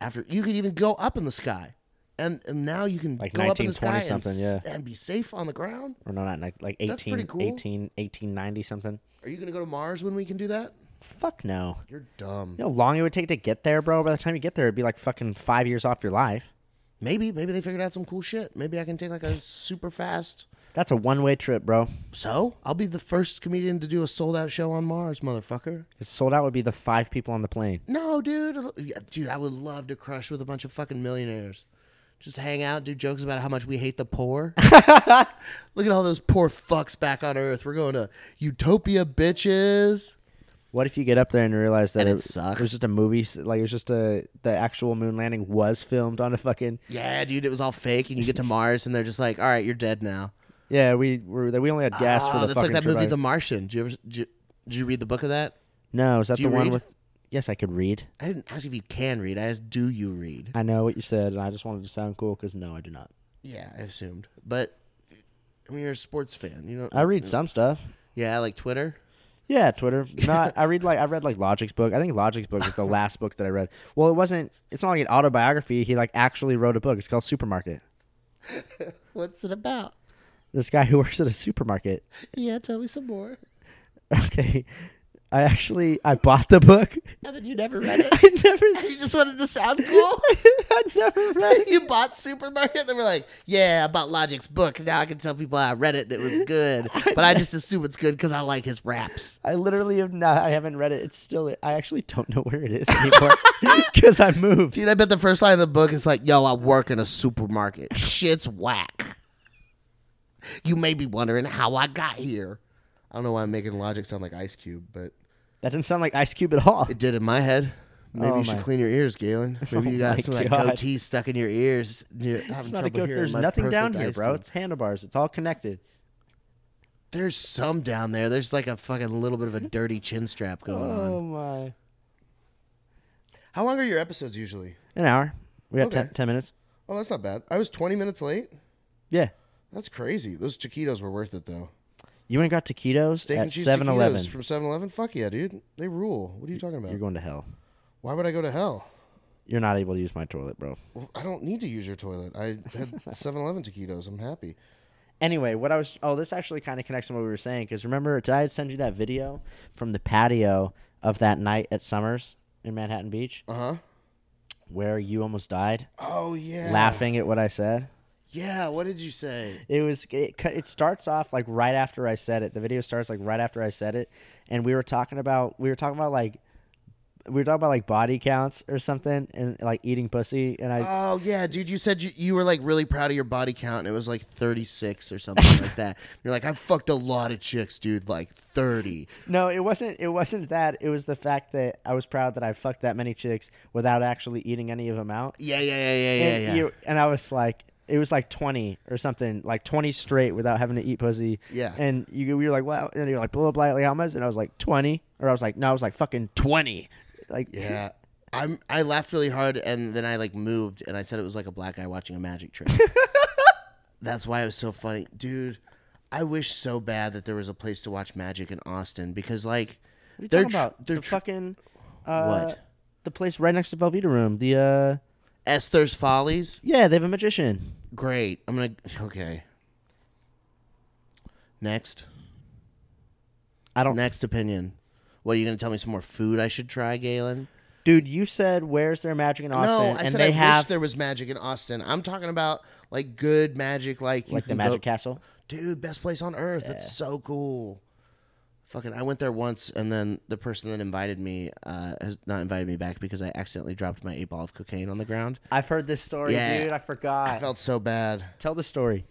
Speaker 2: after you could even go up in the sky and, and now you can
Speaker 1: Like
Speaker 2: go up in the sky
Speaker 1: 1920
Speaker 2: and,
Speaker 1: something,
Speaker 2: s- and be safe on the ground
Speaker 1: Or no, not like, like
Speaker 2: That's
Speaker 1: 18,
Speaker 2: pretty cool.
Speaker 1: 18, 1890 something.
Speaker 2: are you gonna go to mars when we can do that
Speaker 1: Fuck no.
Speaker 2: you're dumb
Speaker 1: You know how long it would take to get there, bro? By the time you get there, it'd be like fucking five years off your life.
Speaker 2: maybe maybe they figured out some cool shit maybe i can take like a super fast
Speaker 1: That's a one way trip, bro.
Speaker 2: so i'll be the first comedian to do a sold out show on mars motherfucker
Speaker 1: It's sold out would be the five people on the plane.
Speaker 2: No, dude. It'll- yeah, Dude, I would love to crush with a bunch of fucking millionaires. just hang out, do jokes about how much we hate the poor. Look at all those poor fucks back on Earth. We're going to utopia, bitches.
Speaker 1: What if you get up there and realize that
Speaker 2: And it
Speaker 1: it
Speaker 2: sucks.
Speaker 1: was just a movie? s- Like it was just a the actual moon landing was filmed on a fucking
Speaker 2: Yeah, dude, it was all fake. And you get to Mars, and they're just like, "All right, you're dead now."
Speaker 1: yeah. We were we only had gas for
Speaker 2: Oh,
Speaker 1: the
Speaker 2: that's like
Speaker 1: fucking
Speaker 2: that movie,
Speaker 1: Chewbacca.
Speaker 2: The Martian. Did you ever? Did you, did you read the book of that?
Speaker 1: No, is that
Speaker 2: Do
Speaker 1: the
Speaker 2: you
Speaker 1: one
Speaker 2: read?
Speaker 1: with? Yes, I could read.
Speaker 2: I didn't ask if you can read. I asked, "Do you read?"
Speaker 1: I know what you said, and I just wanted to sound cool because no, I do not.
Speaker 2: Yeah, I assumed, but I mean, you're a sports fan, you know.
Speaker 1: I read some stuff.
Speaker 2: yeah, like Twitter.
Speaker 1: Yeah, Twitter. Not I read like I read like Logic's book. I think Logic's book is the last book that I read. Well, it wasn't. It's not like an autobiography. He like actually wrote a book. It's called Supermarket.
Speaker 2: What's it about?
Speaker 1: This guy who works at a supermarket.
Speaker 2: Yeah, tell me some more.
Speaker 1: Okay, I actually I bought the book.
Speaker 2: And then you never read it.
Speaker 1: I never.
Speaker 2: you just wanted to sound cool.
Speaker 1: I never read.
Speaker 2: you bought Supermarket. They were like, "Yeah, I bought Logic's book. Now I can tell people I read it. and It was good, but I just assume it's good because I like his raps."
Speaker 1: I literally have not. I haven't read it. It's still. I actually don't know where it is anymore because I moved.
Speaker 2: Dude, I bet the first line of the book is like, "Yo, I work in a supermarket. Shit's whack." You may be wondering how I got here. I don't know why I'm making Logic sound like Ice Cube, but
Speaker 1: That didn't sound like Ice Cube at all.
Speaker 2: It did in my head. Maybe
Speaker 1: Oh
Speaker 2: you should
Speaker 1: my-
Speaker 2: clean your ears, Galen. Maybe you
Speaker 1: Oh
Speaker 2: got
Speaker 1: my
Speaker 2: some like
Speaker 1: God.
Speaker 2: goatee stuck in your ears. You're having
Speaker 1: It's not a
Speaker 2: trouble
Speaker 1: goat.
Speaker 2: hearing
Speaker 1: There's
Speaker 2: my
Speaker 1: nothing down
Speaker 2: perfect
Speaker 1: here,
Speaker 2: ice
Speaker 1: bro.
Speaker 2: cream.
Speaker 1: It's handlebars. It's all connected.
Speaker 2: There's some down there. There's like a fucking little bit of a dirty chin strap going on.
Speaker 1: Oh my!
Speaker 2: Um, How long are your episodes usually?
Speaker 1: An hour. We got
Speaker 2: Okay.
Speaker 1: ten ten minutes.
Speaker 2: Oh, that's not bad. I was 20 minutes late.
Speaker 1: Yeah.
Speaker 2: That's crazy. Those taquitos were worth it though.
Speaker 1: You ain't got taquitos
Speaker 2: Steak
Speaker 1: at
Speaker 2: and cheese
Speaker 1: 7 Eleven.
Speaker 2: taquitos from 7-Eleven. Fuck yeah, dude. They rule. What are you talking about?
Speaker 1: You're going to hell.
Speaker 2: Why would I go to hell?
Speaker 1: You're not able to use my toilet, bro.
Speaker 2: Well, I don't need to use your toilet. I had 7-Eleven taquitos. I'm happy.
Speaker 1: Anyway, what I was. Oh, this actually kind of connects to what we were saying. Because remember, did I send you that video from the patio of that night at Summers in Manhattan Beach
Speaker 2: Uh huh.
Speaker 1: where you almost died
Speaker 2: Oh yeah.
Speaker 1: laughing at what I said?
Speaker 2: Yeah. What did you say?
Speaker 1: It was it, cu- it starts off like right after I said it. The video starts like right after I said it, and we were talking about we were talking about like we were talking about like body counts or something, and like eating pussy. And I
Speaker 2: Oh yeah, dude! You said you, you were like really proud of your body count, and it was like thirty six or something like that. You're like, I fucked a lot of chicks, dude. Like thirty.
Speaker 1: no, it wasn't it wasn't that. It was the fact that I was proud that I fucked that many chicks without actually eating any of them out.
Speaker 2: Yeah, yeah, yeah, yeah,
Speaker 1: And,
Speaker 2: yeah, yeah.
Speaker 1: you- and I was like. It was like twenty or something, like twenty straight without having to eat pussy.
Speaker 2: Yeah.
Speaker 1: And you, we were like, wow. And you're like, blah blah blah. Like, how much? And I was like, twenty. Or I was like, no, I was like, fucking twenty. Like,
Speaker 2: yeah. I'm. I laughed really hard, and then I like moved, and I said it was like a black guy watching a magic trick. That's why it was so funny, dude. I wish so bad that there was a place to watch magic in Austin because like
Speaker 1: What are you
Speaker 2: they're
Speaker 1: talking
Speaker 2: tr-
Speaker 1: about?
Speaker 2: they're
Speaker 1: the
Speaker 2: tr-
Speaker 1: fucking uh,
Speaker 2: What?
Speaker 1: The place right next to Velveeta Room. The uh,
Speaker 2: Esther's Follies.
Speaker 1: yeah, they have a magician.
Speaker 2: Great. I'm gonna. Okay. Next.
Speaker 1: I don't-
Speaker 2: Next opinion. What are you gonna tell me? Some more food I should try, Galen?
Speaker 1: Dude, you said where's their magic in Austin?
Speaker 2: no, I
Speaker 1: and
Speaker 2: said
Speaker 1: they
Speaker 2: I wish
Speaker 1: have
Speaker 2: there was magic in Austin. I'm talking about like good magic, like you
Speaker 1: like the
Speaker 2: can go-
Speaker 1: Magic Castle.
Speaker 2: dude, best place on earth. That's so cool. Fucking, I went there once, and then the person that invited me uh, has not invited me back because I accidentally dropped my eight ball of cocaine on the ground.
Speaker 1: I've heard this story,
Speaker 2: Yeah.
Speaker 1: dude. I forgot.
Speaker 2: I felt so bad.
Speaker 1: Tell the story.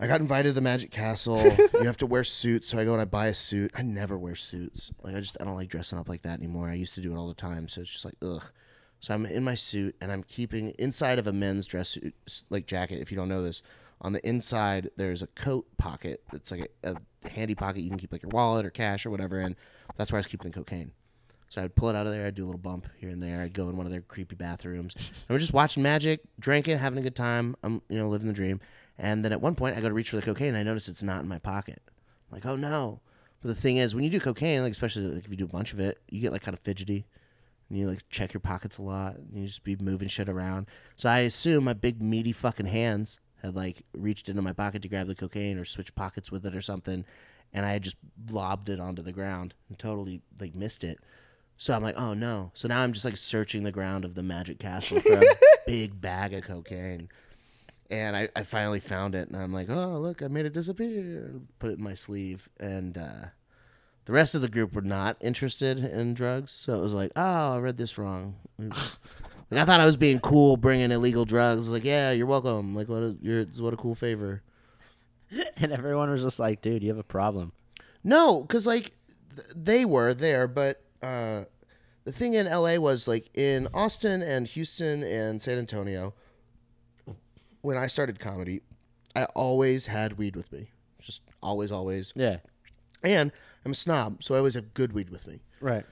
Speaker 2: I got invited to the Magic Castle. you have to wear suits, so I go and I buy a suit. I never wear suits. Like I just I don't like dressing up like that anymore. I used to do it all the time, so it's just like ugh. So I'm in my suit and I'm keeping inside of a men's dress suit s- like jacket. If you don't know this, on the inside there's a coat pocket. It's like a, a handy pocket you can keep like your wallet or cash or whatever in. That's where I was keeping the cocaine. So I'd pull it out of there. I'd do a little bump here and there. I'd go in one of their creepy bathrooms. And we're just watching magic, drinking, having a good time. I'm, you know, living the dream. And then at one point, I go to reach for the cocaine. And I notice it's not in my pocket. I'm like, oh no. But the thing is, when you do cocaine, like especially like, if you do a bunch of it, you get like kind of fidgety. And you like check your pockets a lot. And you just be moving shit around. So I assume my big meaty fucking hands had like reached into my pocket to grab the cocaine or switch pockets with it or something. And I had just lobbed it onto the ground and totally like missed it. So I'm like, oh no. So now I'm just like searching the ground of the Magic Castle for a big bag of cocaine. And I, I finally found it and I'm like, oh, look, I made it disappear. Put it in my sleeve. And uh, the rest of the group were not interested in drugs. So it was like, oh, I read this wrong. Oops. Like I thought I was being cool bringing illegal drugs. Like, yeah, you're welcome. Like, what a, you're, it's- what a cool favor.
Speaker 1: And everyone was just like, dude, you have a problem.
Speaker 2: No, because like th- they were there, but uh, the thing in LA was like in Austin and Houston and San Antonio. When I started comedy, I always had weed with me, just always, always.
Speaker 1: Yeah.
Speaker 2: And I'm a snob, so I always have good weed with me.
Speaker 1: Right.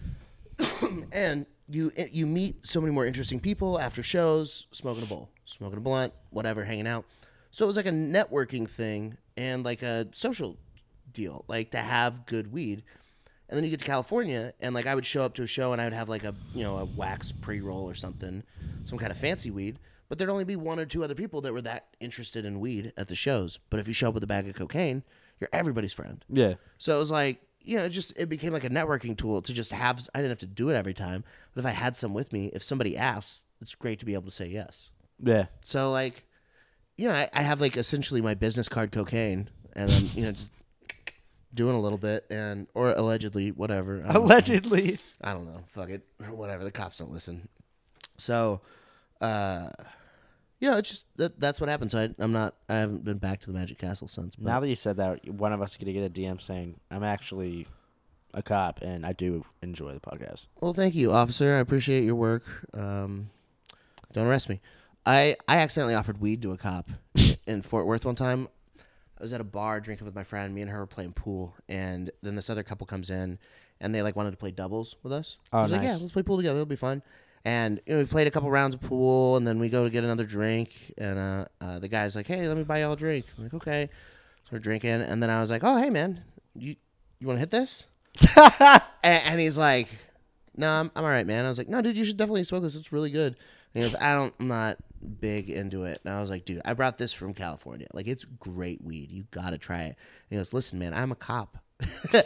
Speaker 2: And you you meet so many more interesting people after shows, smoking a bowl, smoking a blunt, whatever, hanging out. So it was like a networking thing and like a social deal, like to have good weed. And then you get to California, and like I would show up to a show, and I would have like a you know a wax pre roll or something, some kind of fancy weed. But there'd only be one or two other people that were that interested in weed at the shows. But if you show up with a bag of cocaine, you're everybody's friend.
Speaker 1: Yeah.
Speaker 2: So it was like, you know, it just it became like a networking tool to just have. I didn't have to do it every time, but if I had some with me, if somebody asks, it's great to be able to say yes.
Speaker 1: Yeah.
Speaker 2: So like, you know, I, I have like essentially my business card cocaine, and I'm you know just doing a little bit and or allegedly whatever. I don't know.
Speaker 1: Allegedly.
Speaker 2: I don't know. Fuck it. Whatever. The cops don't listen. So, uh, yeah, it's just that, that's what happened. So I, I'm not. I haven't been back to the Magic Castle since. But
Speaker 1: Now that you said that, one of us is gonna get a DM saying, I'm actually a cop and I do enjoy the podcast.
Speaker 2: Well, thank you, officer. I appreciate your work. Um, don't arrest me. I, I accidentally offered weed to a cop in Fort Worth one time. I was at a bar drinking with my friend. Me and her were playing pool, and then this other couple comes in, and they like wanted to play doubles with us.
Speaker 1: Oh,
Speaker 2: I was like,
Speaker 1: nice.
Speaker 2: yeah, let's play pool together. It'll be fun. And you know, we played a couple rounds of pool, and then we go to get another drink. And uh, uh, the guy's like, "Hey, let me buy y'all a drink." I'm like, "Okay." So we're drinking, and then I was like, "Oh, hey, man, you you want to hit this?" and, and he's like, "No, I'm, I'm all right, man." I was like, "No, dude, you should definitely smoke this. It's really good." And he goes, "I don't, I'm not big into it." And I was like, "Dude, I brought this from California. Like, it's great weed. You gotta try it." And he goes, "Listen, man, I'm a cop." and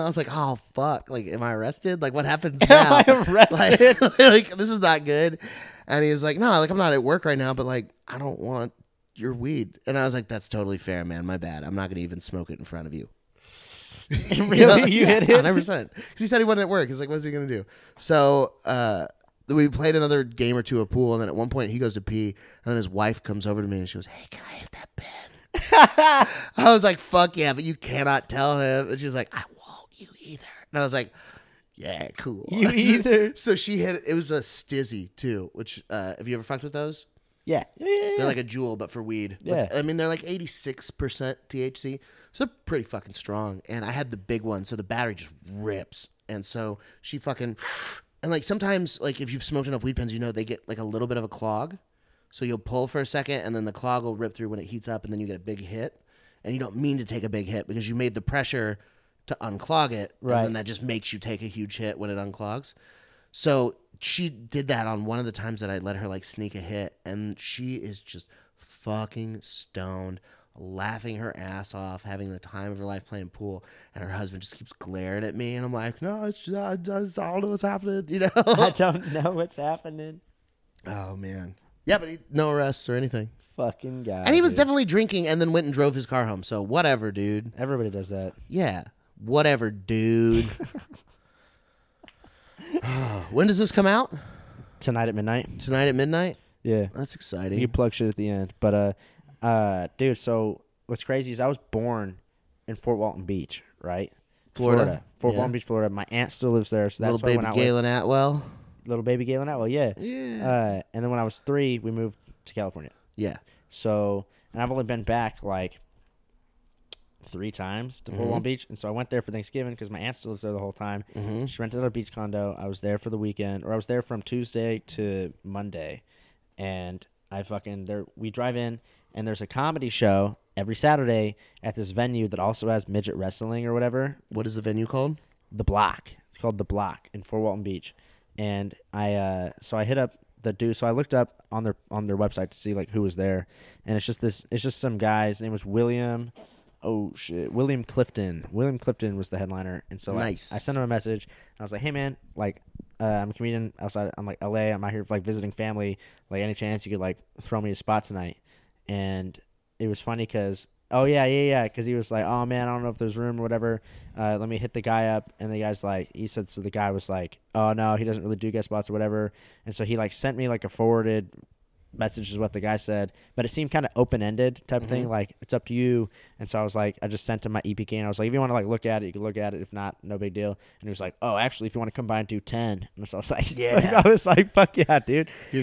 Speaker 2: I was like, "Oh fuck! Like, am I arrested? Like, what happens
Speaker 1: Am
Speaker 2: now?
Speaker 1: I arrested?
Speaker 2: Like, like, this is not good." And he was like, "No, like, I'm not at work right now, but like, I don't want." Your weed, and I was like, "That's totally fair, man. My bad. I'm not gonna even smoke it in front of you."
Speaker 1: really? You hit it?
Speaker 2: Hundred percent. Because he said he wasn't at work. He's like, what's he gonna do? So uh, we played another game or two of pool, and then at one point he goes to pee, and then his wife comes over to me and she goes, "Hey, can I hit that pen?" I was like, "Fuck yeah!" But you cannot tell him. And she was like, "I won't you either." And I was like, "Yeah, cool."
Speaker 1: You either.
Speaker 2: so she hit. It was a stizzy too. Which uh, have you ever fucked with those?
Speaker 1: Yeah. Yeah, yeah, yeah.
Speaker 2: They're like a jewel, but for weed. With-
Speaker 1: Yeah.
Speaker 2: I mean, they're like 86% THC. So they're pretty fucking strong. And I had the big one, so the battery just rips. And so she fucking. And like sometimes, like if you've smoked enough weed pens, you know they get like a little bit of a clog. So you'll pull for a second, and then the clog will rip through when it heats up, and then you get a big hit. And you don't mean to take a big hit because you made the pressure to unclog it.
Speaker 1: Right.
Speaker 2: And then that just makes you take a huge hit when it unclogs. So she did that on one of the times that I let her like sneak a hit, and she is just fucking stoned, laughing her ass off, having the time of her life playing pool, and her husband just keeps glaring at me, and I'm like, no, it's, uh, it's- I don't know what's happening, you
Speaker 1: I
Speaker 2: know?
Speaker 1: don't know what's happening.
Speaker 2: oh man, yeah, but he, no arrests or anything,
Speaker 1: Fucking guy.
Speaker 2: and he was
Speaker 1: dude.
Speaker 2: definitely drinking, and then went and drove his car home. So whatever, dude.
Speaker 1: Everybody does that.
Speaker 2: Yeah, whatever, dude. when does this come out?
Speaker 1: Tonight at midnight.
Speaker 2: Tonight at midnight.
Speaker 1: Yeah.
Speaker 2: That's exciting.
Speaker 1: You plug shit at the end. But uh uh dude, so what's crazy is I was born in Fort Walton Beach, right?
Speaker 2: Florida.
Speaker 1: Fort
Speaker 2: Yeah.
Speaker 1: Walton Beach, Florida. My aunt still lives there, so that's
Speaker 2: Little
Speaker 1: why
Speaker 2: baby
Speaker 1: when I went-
Speaker 2: Galen Atwell.
Speaker 1: little baby Galen Atwell, yeah.
Speaker 2: Yeah.
Speaker 1: Uh, and then when I was three, we moved to California.
Speaker 2: yeah.
Speaker 1: So, and I've only been back like three times to Fort Walton Beach, and so I went there for Thanksgiving because my aunt still lives there the whole time. She rented out a beach condo. I was there for the weekend, or I was there from Tuesday to Monday, and I fucking there. We drive in, and there's a comedy show every Saturday at this venue that also has midget wrestling or whatever
Speaker 2: What is the venue called?
Speaker 1: the block. It's called the block in Fort Walton Beach, and I uh, so I hit up the dude. So I looked up on their on their website to see like who was there, and it's just this. It's just some guy. His name was William. Oh shit, William Clifton. William Clifton was the headliner, and so like,
Speaker 2: Nice.
Speaker 1: I sent him a message. And I was like, hey man, like uh, I'm a comedian outside. I'm like LA. I'm out here like visiting family. Like any chance you could like throw me a spot tonight? And it was funny because Oh yeah, yeah, yeah. Because he was like, "Oh man, I don't know if there's room or whatever. Uh, let me hit the guy up." And the guy's like, he said, so the guy was like, "Oh no, he doesn't really do guest spots or whatever." And so he like sent me like a forwarded message is what the guy said, but it seemed kind of open ended type of
Speaker 2: Mm-hmm.
Speaker 1: thing. Like it's up to you. And so I was like, I just sent him my EPK and I was like, if you want to like look at it, you can look at it. If not, no big deal. And he was like, Oh, actually, if you want to combine, do ten. And so I was like,
Speaker 2: Yeah.
Speaker 1: I was like, Fuck yeah, dude.
Speaker 2: Your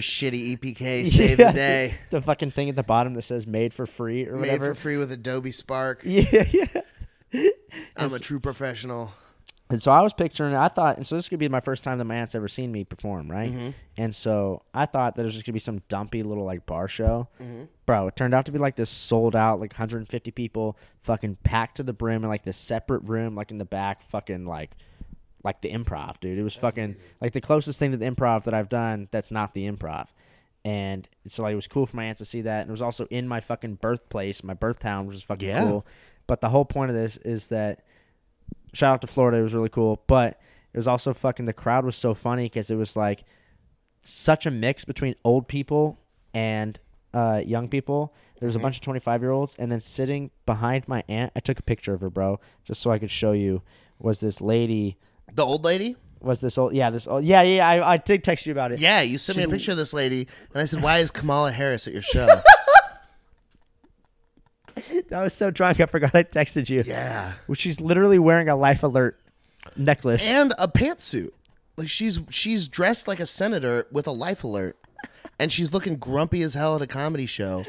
Speaker 2: shitty EPK save
Speaker 1: Yeah,
Speaker 2: the day.
Speaker 1: The fucking thing at the bottom that says "Made for free" or
Speaker 2: Made
Speaker 1: whatever.
Speaker 2: for free with Adobe Spark.
Speaker 1: yeah, yeah.
Speaker 2: I'm a true professional.
Speaker 1: And so I was picturing, I thought, and so this could be my first time that my aunt's ever seen me perform, right? And so I thought that it was just gonna be some dumpy little like bar show, bro. It turned out to be like this sold out, like 150 people, fucking packed to the brim, in like this separate room, like in the back, fucking like, like the improv, dude. It was fucking like the closest thing to the improv that I've done that's not the improv. And so like it was cool for my aunt to see that, and it was also in my fucking birthplace, my birth town, which is fucking
Speaker 2: Yeah.
Speaker 1: cool. But the whole point of this is that shout out to Florida. It was really cool, but it was also fucking the crowd was so funny because it was like such a mix between old people and uh, young people. There
Speaker 2: Mm-hmm.
Speaker 1: was a bunch of 25 year olds, and then sitting behind my aunt, I took a picture of her, bro, just so I could show you. Was this lady?
Speaker 2: The old lady?
Speaker 1: Was this old? Yeah, this old. Yeah, yeah. yeah, I, I did text you about it.
Speaker 2: Yeah, you sent me a picture of this lady, and I said, "Why is Kamala Harris at your show?"
Speaker 1: I was so drunk, I forgot I texted you.
Speaker 2: yeah,
Speaker 1: Well, she's literally wearing a life alert necklace.
Speaker 2: and a pantsuit. Like she's she's dressed like a senator with a life alert, and she's looking grumpy as hell at a comedy show.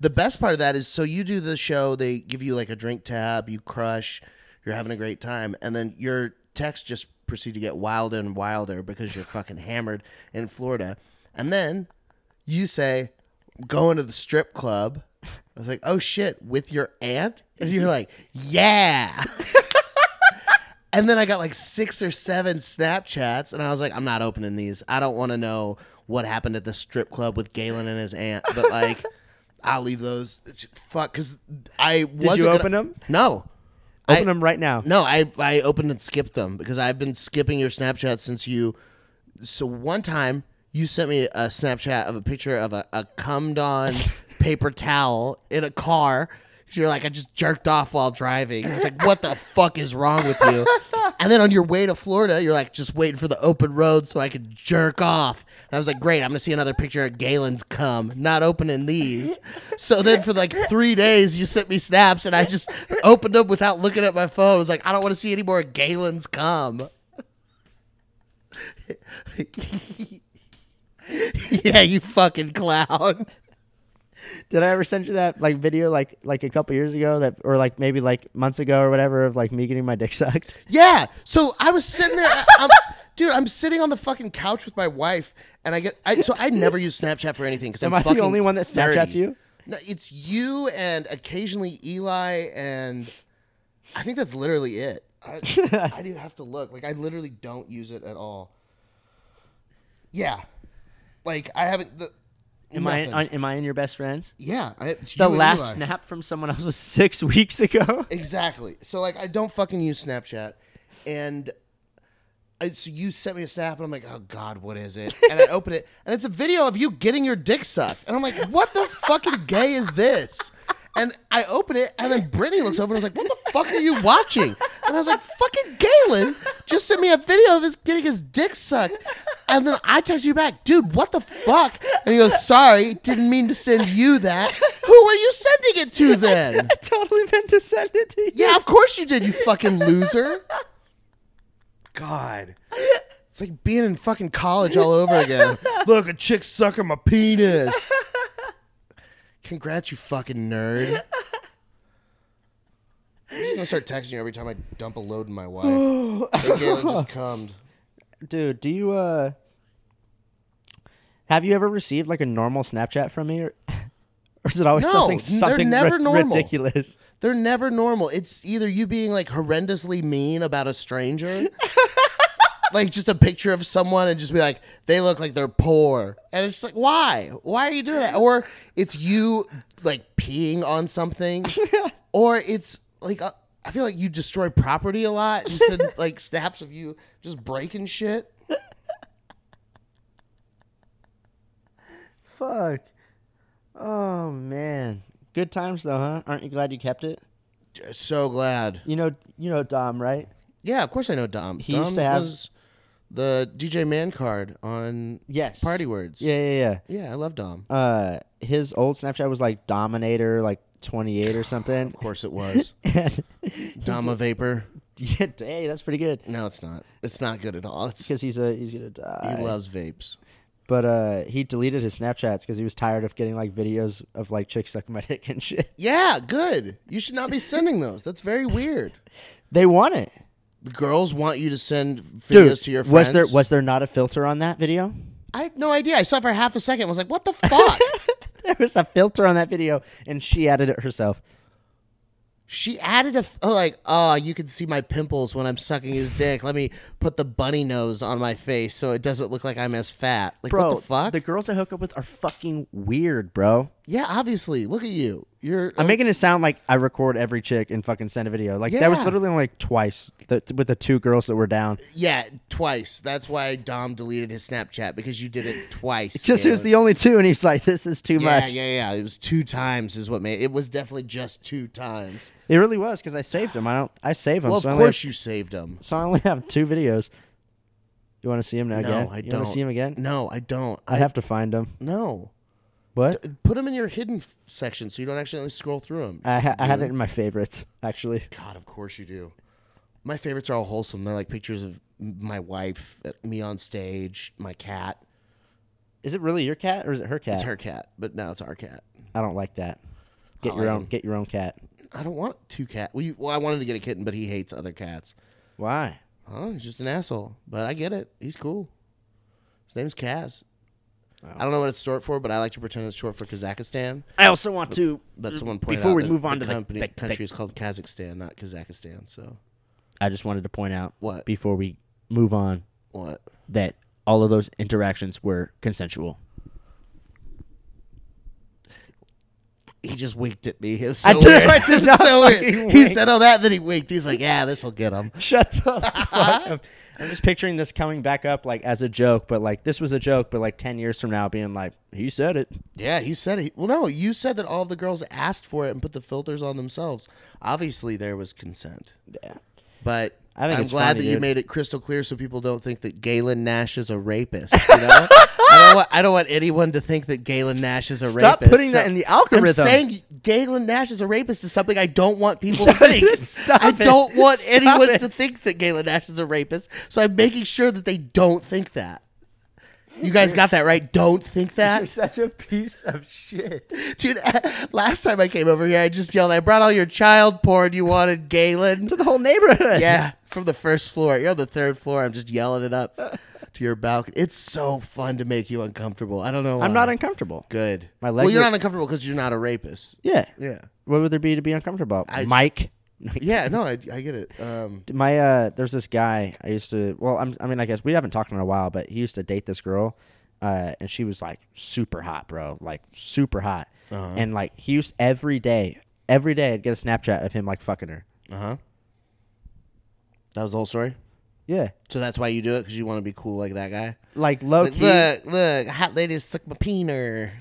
Speaker 2: The best part of that is so you do the show, they give you like a drink tab, you crush, you're having a great time, and then your texts just proceed to get wilder and wilder because you're fucking hammered in Florida, and then you say going to the strip club. I was like, oh shit, with your aunt, and you're like, yeah. And then I got like six or seven Snapchats, and I was like, I'm not opening these. I don't want to know what happened at the strip club with Galen and his aunt, but like, I'll leave those. Fuck, because I wasn't.
Speaker 1: you
Speaker 2: gonna-
Speaker 1: open 'em?
Speaker 2: No.
Speaker 1: Open
Speaker 2: I-
Speaker 1: them right now.
Speaker 2: No, I, I opened and skipped them because I've been skipping your Snapchat since you. So one time you sent me a Snapchat of a picture of a, a cummed on paper towel in a car. You're like, I just jerked off while driving. It's like, what the fuck is wrong with you? And then on your way to Florida, you're like, just waiting for the open road so I could jerk off. And I was like, great, I'm gonna see another picture of Galen's cum. Not opening these. So then for like three days, you sent me snaps, and I just opened them without looking at my phone. I was like, I don't want to see any more of Galen's cum. yeah, you fucking clown.
Speaker 1: Did I ever send you that like video like like a couple years ago that or like maybe like months ago or whatever of like me getting my dick sucked?
Speaker 2: Yeah. So I was sitting there, I, I'm, dude. I'm sitting on the fucking couch with my wife, and I get. I, so I never use Snapchat for anything because I'm
Speaker 1: Am I the
Speaker 2: fucking
Speaker 1: only one that Snapchats
Speaker 2: 30.
Speaker 1: you?
Speaker 2: No, it's you and occasionally Eli, and I think that's literally it. I, I do have to look. Like I literally don't use it at all. Yeah. Like I haven't. The,
Speaker 1: Am
Speaker 2: nothing.
Speaker 1: I am I in your best friends?
Speaker 2: Yeah. I, it's
Speaker 1: The
Speaker 2: you and
Speaker 1: last
Speaker 2: Eli.
Speaker 1: snap from someone else was six weeks ago.
Speaker 2: Exactly. So like I don't fucking use Snapchat, and I, so you sent me a snap, and I'm like, oh god, what is it? And I open it, and it's a video of you getting your dick sucked, and I'm like, what the fucking gay is this? And I open it, and then Brittany looks over and is like, what the fuck are you watching? And I was like, fucking Galen just sent me a video of his getting his dick sucked. And then I text you back, dude, what the fuck? And he goes, sorry, didn't mean to send you that. Who were you sending it to then?
Speaker 1: I totally meant to send it to you.
Speaker 2: Yeah, of course you did, you fucking loser. God. It's like being in fucking college all over again. Look, a chick sucking my penis. Congrats, you fucking nerd. I'm just gonna start texting you every time I dump a load in my wife. hey, Galen just cummed.
Speaker 1: Dude, do you uh have you ever received like a normal Snapchat from me or, or is it always
Speaker 2: No,
Speaker 1: something
Speaker 2: they're
Speaker 1: something
Speaker 2: never
Speaker 1: ri-
Speaker 2: normal.
Speaker 1: ridiculous?
Speaker 2: They're never normal. It's either you being like horrendously mean about a stranger, like just a picture of someone and just be like, they look like they're poor. And it's like, why? Why are you doing that? Or it's you like peeing on something, or it's like, uh, I feel like you destroy property a lot. You send like snaps of you just breaking shit.
Speaker 1: Fuck. Oh man. Good times though, huh? Aren't you glad you kept it?
Speaker 2: So glad.
Speaker 1: You know, you know Dom, right?
Speaker 2: Yeah, of course I know Dom.
Speaker 1: He
Speaker 2: Dom
Speaker 1: used to have-
Speaker 2: was the DJ Man card on
Speaker 1: Yes.
Speaker 2: Party Words.
Speaker 1: Yeah, yeah,
Speaker 2: Yeah, I love Dom.
Speaker 1: yeah. Uh, his old Snapchat was like Dominator, like twenty eight or something.
Speaker 2: Of course it was.
Speaker 1: And-
Speaker 2: Dom a vapor.
Speaker 1: yeah, hey, that's pretty good
Speaker 2: No, it's not. It's not good at all. It's, he
Speaker 1: because he's a he's gonna die.
Speaker 2: loves vapes.
Speaker 1: But uh, he deleted his Snapchats because he was tired of getting like videos of like chicks sucking my dick and shit.
Speaker 2: Yeah, good. You should not be sending those. That's very weird.
Speaker 1: They want it.
Speaker 2: The girls want you to send videos
Speaker 1: Dude,
Speaker 2: to your friends.
Speaker 1: was there was there not a filter on that video?
Speaker 2: I had no idea. I saw it for half a second. I was like, what the fuck?
Speaker 1: there was a filter on that video, and she added it herself.
Speaker 2: she added a, f- like, oh, you can see my pimples when I'm sucking his dick. Let me put the bunny nose on my face so it doesn't look like I'm as fat. Like,
Speaker 1: Bro,
Speaker 2: what the fuck?
Speaker 1: girls I hook up with are fucking weird, bro.
Speaker 2: yeah, obviously. Look at you. You're.
Speaker 1: I'm making it sound like I record every chick and fucking send a video. Like that was
Speaker 2: Yeah.
Speaker 1: literally only like twice that, with the two girls that were down.
Speaker 2: yeah, twice. That's why Dom deleted his Snapchat because you did it twice.
Speaker 1: Just it was
Speaker 2: dude.
Speaker 1: the only two, and he's like, "This is too
Speaker 2: Yeah,
Speaker 1: much."
Speaker 2: yeah, yeah. It was two times is what made it was definitely just two times.
Speaker 1: It really was because I saved him. I don't. I save him.
Speaker 2: Well, of
Speaker 1: so I only have-
Speaker 2: course you saved them.
Speaker 1: So I only have two videos. You want to see him now
Speaker 2: No,
Speaker 1: again?
Speaker 2: I
Speaker 1: you
Speaker 2: don't.
Speaker 1: want to see him again?
Speaker 2: No, I don't.
Speaker 1: I have to find him.
Speaker 2: No.
Speaker 1: What?
Speaker 2: Put them in your hidden f- section so you don't accidentally scroll through them.
Speaker 1: I, ha- I had it in my favorites, actually.
Speaker 2: God, of course you do. My favorites are all wholesome. They're like pictures of m- my wife, uh, me on stage, my cat.
Speaker 1: Is it really your cat or is it her cat?
Speaker 2: It's her cat, but now it's our cat.
Speaker 1: I don't like that. Get
Speaker 2: Oh, I
Speaker 1: your
Speaker 2: like
Speaker 1: own. Get your own cat.
Speaker 2: I don't want two cats. Well, you- well, I wanted to get a kitten, but he hates other cats.
Speaker 1: Why?
Speaker 2: Oh, he's just an asshole. But I get it. He's cool. His name's Kaz. I don't know what it's short for, but I like to pretend it's short for Kazakhstan.
Speaker 1: I also want to.
Speaker 2: But someone pointed
Speaker 1: Before
Speaker 2: out
Speaker 1: we
Speaker 2: that
Speaker 1: move on to the-
Speaker 2: company,
Speaker 1: the-
Speaker 2: country is called Kazakhstan, not Kazakhstan. So
Speaker 1: I just wanted to point out
Speaker 2: What?
Speaker 1: before we move on
Speaker 2: what?
Speaker 1: that all of those interactions were consensual.
Speaker 2: He just winked at me. It was
Speaker 1: I
Speaker 2: so
Speaker 1: did-
Speaker 2: weird.
Speaker 1: I did
Speaker 2: It was
Speaker 1: not
Speaker 2: so weird.
Speaker 1: fucking
Speaker 2: He
Speaker 1: wink.
Speaker 2: said all that, then he winked. He's like, "Yeah, this will get him."
Speaker 1: Shut the fuck up. I'm just picturing this coming back up like as a joke, but like this was a joke, but like ten years from now, being like, he said it.
Speaker 2: Yeah, he said it. Well, no, you said that all of the girls asked for it and put the filters on themselves. Obviously, there was consent.
Speaker 1: Yeah.
Speaker 2: But
Speaker 1: I think
Speaker 2: I'm
Speaker 1: it's
Speaker 2: glad
Speaker 1: funny,
Speaker 2: that you
Speaker 1: dude.
Speaker 2: made it crystal clear so people don't think that Galen Nash is a rapist. You know? I, don't want, I don't want anyone to think that Galen Nash is a
Speaker 1: Stop
Speaker 2: rapist.
Speaker 1: putting that in the algorithm.
Speaker 2: I'm saying Galen Nash is a rapist is something I don't want people to think.
Speaker 1: Stop
Speaker 2: I
Speaker 1: it.
Speaker 2: don't want
Speaker 1: Stop
Speaker 2: anyone
Speaker 1: it.
Speaker 2: to think that Galen Nash is a rapist, so I'm making sure that they don't think that. You guys got that right. Don't think that.
Speaker 1: such a piece of shit.
Speaker 2: Dude, last time I came over here, I just yelled, I brought all your child porn you wanted, Galen.
Speaker 1: To the whole neighborhood.
Speaker 2: Yeah, from the first floor. You're on the third floor. I'm just yelling it up to your balcony. It's so fun to make you uncomfortable. I don't know.
Speaker 1: I'm
Speaker 2: why.
Speaker 1: not uncomfortable.
Speaker 2: good.
Speaker 1: My legs
Speaker 2: well, you're
Speaker 1: are-
Speaker 2: not uncomfortable because you're not a rapist.
Speaker 1: Yeah.
Speaker 2: Yeah.
Speaker 1: What would there be to be uncomfortable?
Speaker 2: I just-
Speaker 1: Mike.
Speaker 2: Yeah. No, I, I get it. Um,
Speaker 1: My uh, there's this guy I used to. Well, I'm, I mean, I guess we haven't talked in a while, but he used to date this girl, uh, and she was like super hot, bro, like super hot,
Speaker 2: Uh-huh.
Speaker 1: and like he used every day, every day, I'd get a Snapchat of him like fucking her.
Speaker 2: uh huh. That was the whole story.
Speaker 1: Yeah,
Speaker 2: So that's why you do it because you want to be cool like that guy.
Speaker 1: like low
Speaker 2: Like,
Speaker 1: key.
Speaker 2: look, look, hot ladies suck my peener.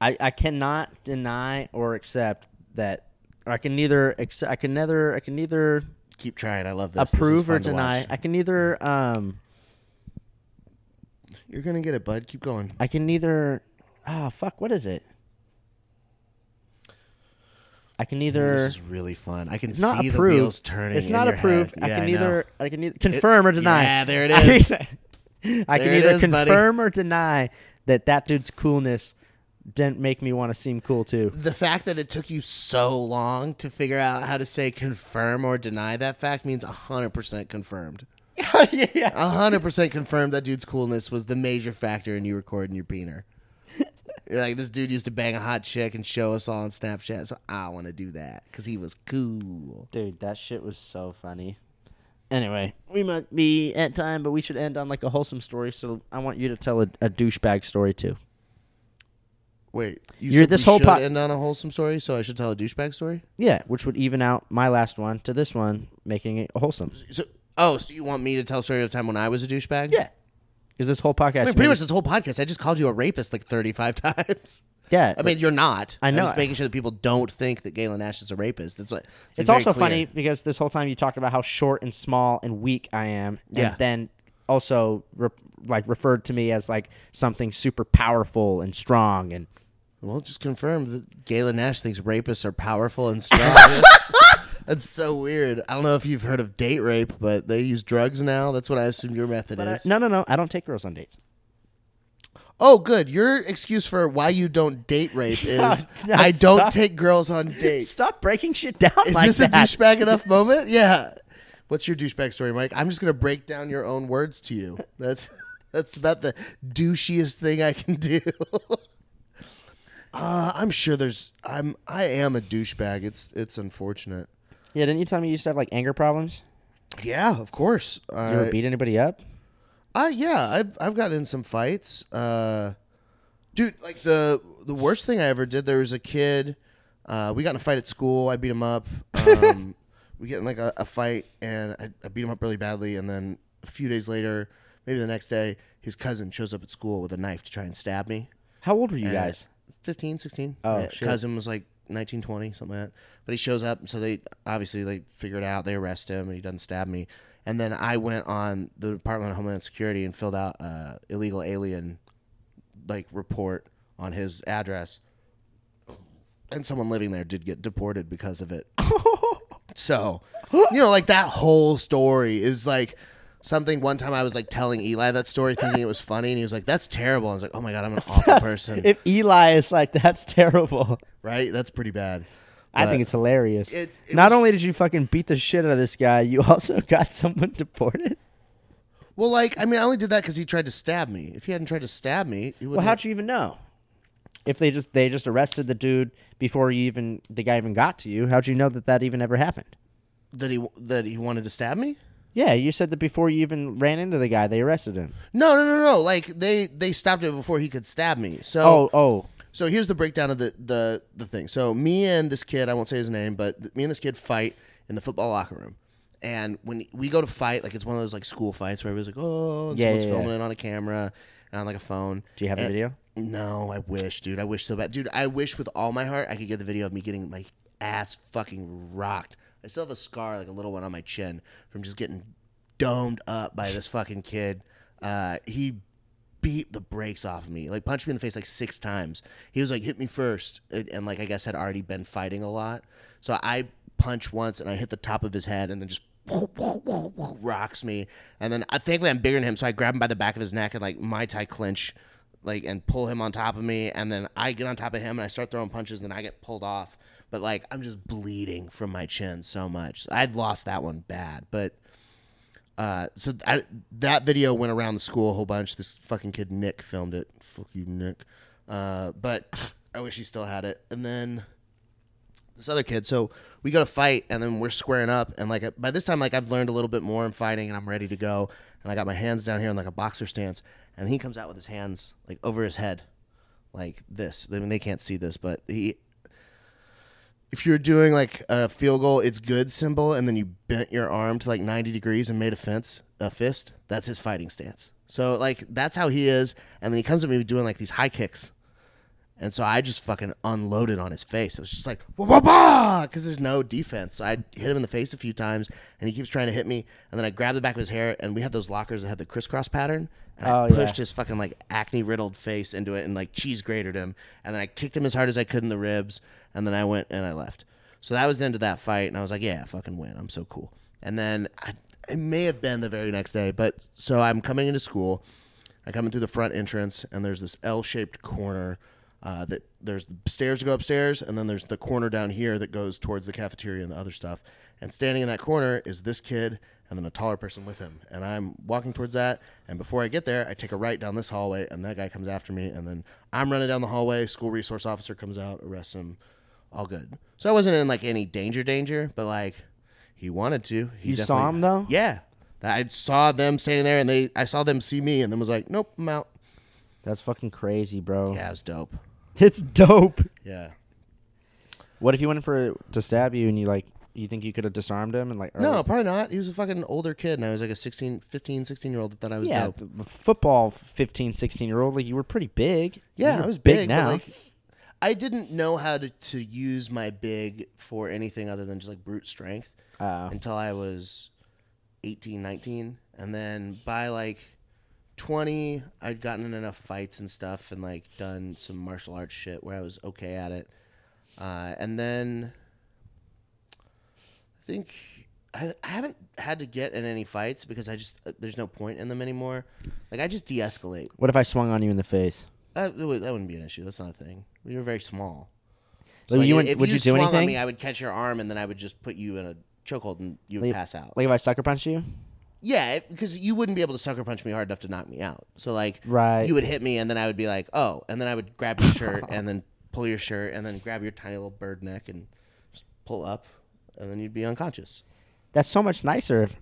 Speaker 1: I, I cannot deny or accept that. Or I can neither accept. I can neither. I can neither
Speaker 2: Keep trying. I love this. This is
Speaker 1: approve or
Speaker 2: fun to watch.
Speaker 1: deny. I can neither. Um,
Speaker 2: You're gonna get it, bud. Keep going.
Speaker 1: I can neither. Ah, fuck. What is it? I can
Speaker 2: This
Speaker 1: neither.
Speaker 2: is really fun. I can
Speaker 1: It's not
Speaker 2: see
Speaker 1: approve.
Speaker 2: the wheels turning.
Speaker 1: It's
Speaker 2: in
Speaker 1: not
Speaker 2: your
Speaker 1: approved.
Speaker 2: head.
Speaker 1: I
Speaker 2: Yeah,
Speaker 1: can
Speaker 2: know.
Speaker 1: neither. I can neither confirm or deny.
Speaker 2: yeah, there it is.
Speaker 1: I can, I can
Speaker 2: There it
Speaker 1: either
Speaker 2: is, buddy.
Speaker 1: confirm or deny that that dude's coolness didn't make me want to seem cool too.
Speaker 2: the fact that it took you so long to figure out how to say confirm or deny that fact means 100% confirmed.
Speaker 1: yeah.
Speaker 2: 100% confirmed that dude's coolness was the major factor in you recording your peener. You're like, this dude used to bang a hot chick and show us all on Snapchat, so I want to do that because he was cool.
Speaker 1: Dude, that shit was so funny. Anyway, we might be at time, but we should end on like a wholesome story. So I want you to tell a, a douchebag story too.
Speaker 2: Wait, you
Speaker 1: You're-
Speaker 2: said
Speaker 1: this
Speaker 2: we
Speaker 1: whole
Speaker 2: should
Speaker 1: po-
Speaker 2: end on a wholesome story, so I should tell a douchebag story?
Speaker 1: Yeah, which would even out my last one to this one, making it wholesome.
Speaker 2: So, oh, so you want me to tell a story of a time when I was a douchebag?
Speaker 1: Yeah. Because this whole podcast
Speaker 2: I mean, pretty much this whole podcast, I just called you a rapist like 35 times.
Speaker 1: Yeah,
Speaker 2: I mean, you're not.
Speaker 1: I
Speaker 2: I'm
Speaker 1: know.
Speaker 2: just making sure that people don't think that Galen Nash is a rapist. That's what.
Speaker 1: It's, also funny because this whole time you talked about how short and small and weak I am, and
Speaker 2: Yeah.
Speaker 1: then also re- like referred to me as like something super powerful and strong and
Speaker 2: Well, just confirm that Galen Nash thinks rapists are powerful and strong. That's- That's so weird. I don't know if you've heard of date rape, but they use drugs now. That's what I assume your method is.
Speaker 1: no, no, no. I don't take girls on dates.
Speaker 2: Oh, good. Your excuse for why you don't date rape is
Speaker 1: Oh, No,
Speaker 2: I don't
Speaker 1: stop.
Speaker 2: take girls on dates.
Speaker 1: Stop breaking shit down
Speaker 2: Is
Speaker 1: like
Speaker 2: this
Speaker 1: that.
Speaker 2: a douchebag enough moment? Yeah. What's your douchebag story, Mike? I'm just gonna break down your own words to you. That's that's about the douchiest thing I can do. uh, I'm sure there's I'm I am a douchebag. It's it's unfortunate.
Speaker 1: yeah, didn't you tell me you used to have like anger problems?
Speaker 2: Yeah, of course.
Speaker 1: You ever
Speaker 2: Uh,
Speaker 1: beat anybody up?
Speaker 2: I yeah, I've I've gotten in some fights. Uh, dude, like the the worst thing I ever did. There was a kid. Uh, we got in a fight at school. I beat him up. Um, we get in like a, a fight, and I, I beat him up really badly. And then a few days later, maybe the next day, his cousin shows up at school with a knife to try and stab me.
Speaker 1: How old
Speaker 2: uh,
Speaker 1: were you guys?
Speaker 2: 15, 16.
Speaker 1: Oh,
Speaker 2: My
Speaker 1: shit.
Speaker 2: cousin was like 19, 20, something like that. But he shows up, so they obviously like figured out they arrest him and he doesn't stab me. And then I went on the Department of Homeland Security and filled out a illegal alien like report on his address. And someone living there did get deported because of it. So, you know, like that whole story is like something. One time I was like telling Eli that story, thinking it was funny, and he was like, "That's terrible." I was like, "Oh my god, I'm an awful person."
Speaker 1: If Eli is like, that's terrible.
Speaker 2: right? That's pretty bad.
Speaker 1: I
Speaker 2: But
Speaker 1: think it's hilarious.
Speaker 2: it- it
Speaker 1: Not
Speaker 2: was-
Speaker 1: only did you fucking beat the shit out of this guy, you also got someone deported.
Speaker 2: well, like I mean, I only did that because he tried to stab me. If he hadn't tried to stab me, he would.
Speaker 1: Well,
Speaker 2: not
Speaker 1: how'd you even know? If they just they just arrested the dude before you even the guy even got to you, how'd you know that that even ever happened?
Speaker 2: that he that he wanted to stab me?
Speaker 1: Yeah, you said that before you even ran into the guy, they arrested him.
Speaker 2: No, no, no, no. Like they they stopped it before he could stab me. So
Speaker 1: Oh, oh,
Speaker 2: So here's the breakdown of the, the the thing. So me and this kid, I won't say his name, but th- me and this kid fight in the football locker room. And when we go to fight, like it's one of those like school fights where everybody's like, oh, and
Speaker 1: Yeah,
Speaker 2: someone's
Speaker 1: yeah,
Speaker 2: filming it on a camera and on like a phone.
Speaker 1: do you have a
Speaker 2: And-
Speaker 1: video?
Speaker 2: No, I wish, dude. I wish so bad, dude. I wish with all my heart I could get the video of me getting my ass fucking rocked. I still have a scar, like a little one on my chin, from just getting domed up by this fucking kid. Uh, he beat the brakes off of me, like punched me in the face like six times. He was like, "Hit me first. and, and like I guess had already been fighting a lot. So I punch once and I hit the top of his head, and then just rocks me. And then I thankfully I'm bigger than him, so I grab him by the back of his neck and like my tie clinch, like and pull him on top of me. And then I get on top of him and I start throwing punches, and then I get pulled off. But like I'm just bleeding from my chin so much. I've lost that one bad, but. Uh, so I, that video went around the school a whole bunch. This fucking kid Nick filmed it. Fuck you, Nick. Uh, but I wish he still had it. And then this other kid. So we go to fight, and then we're squaring up. And like by this time, like I've learned a little bit more in fighting, and I'm ready to go. And I got my hands down here in like a boxer stance, and he comes out with his hands like over his head, like this. I mean, they can't see this, but he. If you're doing like a field goal, it's good symbol, and then you bent your arm to like 90 degrees and made a fence, a fist. That's his fighting stance. So like that's how he is, and then he comes at me doing like these high kicks. And so I just fucking unloaded on his face. It was just like, wah, wah, wah, because there's no defense. So I hit him in the face a few times, and he keeps trying to hit me. And then I grabbed the back of his hair, and we had those lockers that had the crisscross pattern. And I
Speaker 1: Oh, yeah.
Speaker 2: pushed his fucking like acne riddled face into it and like cheese grated him. And then I kicked him as hard as I could in the ribs. And then I went and I left. So that was the end of that fight. And I was like, yeah, I fucking win. I'm so cool. And then I, it may have been the very next day, but so I'm coming into school. I come in through the front entrance, and there's this L-shaped corner. Uh, that there's stairs to go upstairs, and then there's the corner down here that goes towards the cafeteria and the other stuff. And standing in that corner is this kid, and then a taller person with him. And I'm walking towards that, and before I get there, I take a right down this hallway, and that guy comes after me, and then I'm running down the hallway. School resource officer comes out, arrests him, all good. So I wasn't in like any danger, danger, but like he wanted to. He
Speaker 1: You saw
Speaker 2: definitely-
Speaker 1: him, though?
Speaker 2: Yeah. I saw them standing there and they I saw them see me and then was like, Nope, I'm out.
Speaker 1: That's fucking crazy, bro.
Speaker 2: Yeah, it was dope.
Speaker 1: It's dope.
Speaker 2: Yeah.
Speaker 1: What if you went in for to stab you and you like you think you could have disarmed him and like or-
Speaker 2: No, probably not. He was a fucking older kid and I was like a 16, 15, 16 year old that thought I was
Speaker 1: yeah,
Speaker 2: dope.
Speaker 1: the- the football 15, 16 year old like you were pretty big.
Speaker 2: Yeah,
Speaker 1: You're
Speaker 2: I was big,
Speaker 1: now.
Speaker 2: but like I didn't know how to, to use my big for anything other than just like brute strength
Speaker 1: Uh,
Speaker 2: until I was 18, 19. And then by like 20, I'd gotten in enough fights and stuff and like done some martial arts shit where I was okay at it. Uh, and then I think I, I haven't had to get in any fights because I just, uh, there's no point in them anymore. Like I just de escalate.
Speaker 1: what if I swung on you in the face?
Speaker 2: That, that would- that wouldn't be an issue. That's not a thing. You're very small.
Speaker 1: Like, you
Speaker 2: i-
Speaker 1: wouldn't-
Speaker 2: if
Speaker 1: would
Speaker 2: you,
Speaker 1: you do
Speaker 2: swung on
Speaker 1: anything?
Speaker 2: me, I would catch your arm and then I would just put you in a chokehold and you would
Speaker 1: Like-
Speaker 2: pass out.
Speaker 1: Like if I sucker punch you?
Speaker 2: Yeah, because you wouldn't be able to sucker punch me hard enough to knock me out. So like,
Speaker 1: Right.
Speaker 2: you would hit me, and then I would be like, oh, and then I would grab your shirt, and then pull your shirt, and then grab your tiny little bird neck, and just pull up, and then you'd be unconscious.
Speaker 1: That's so much nicer. If,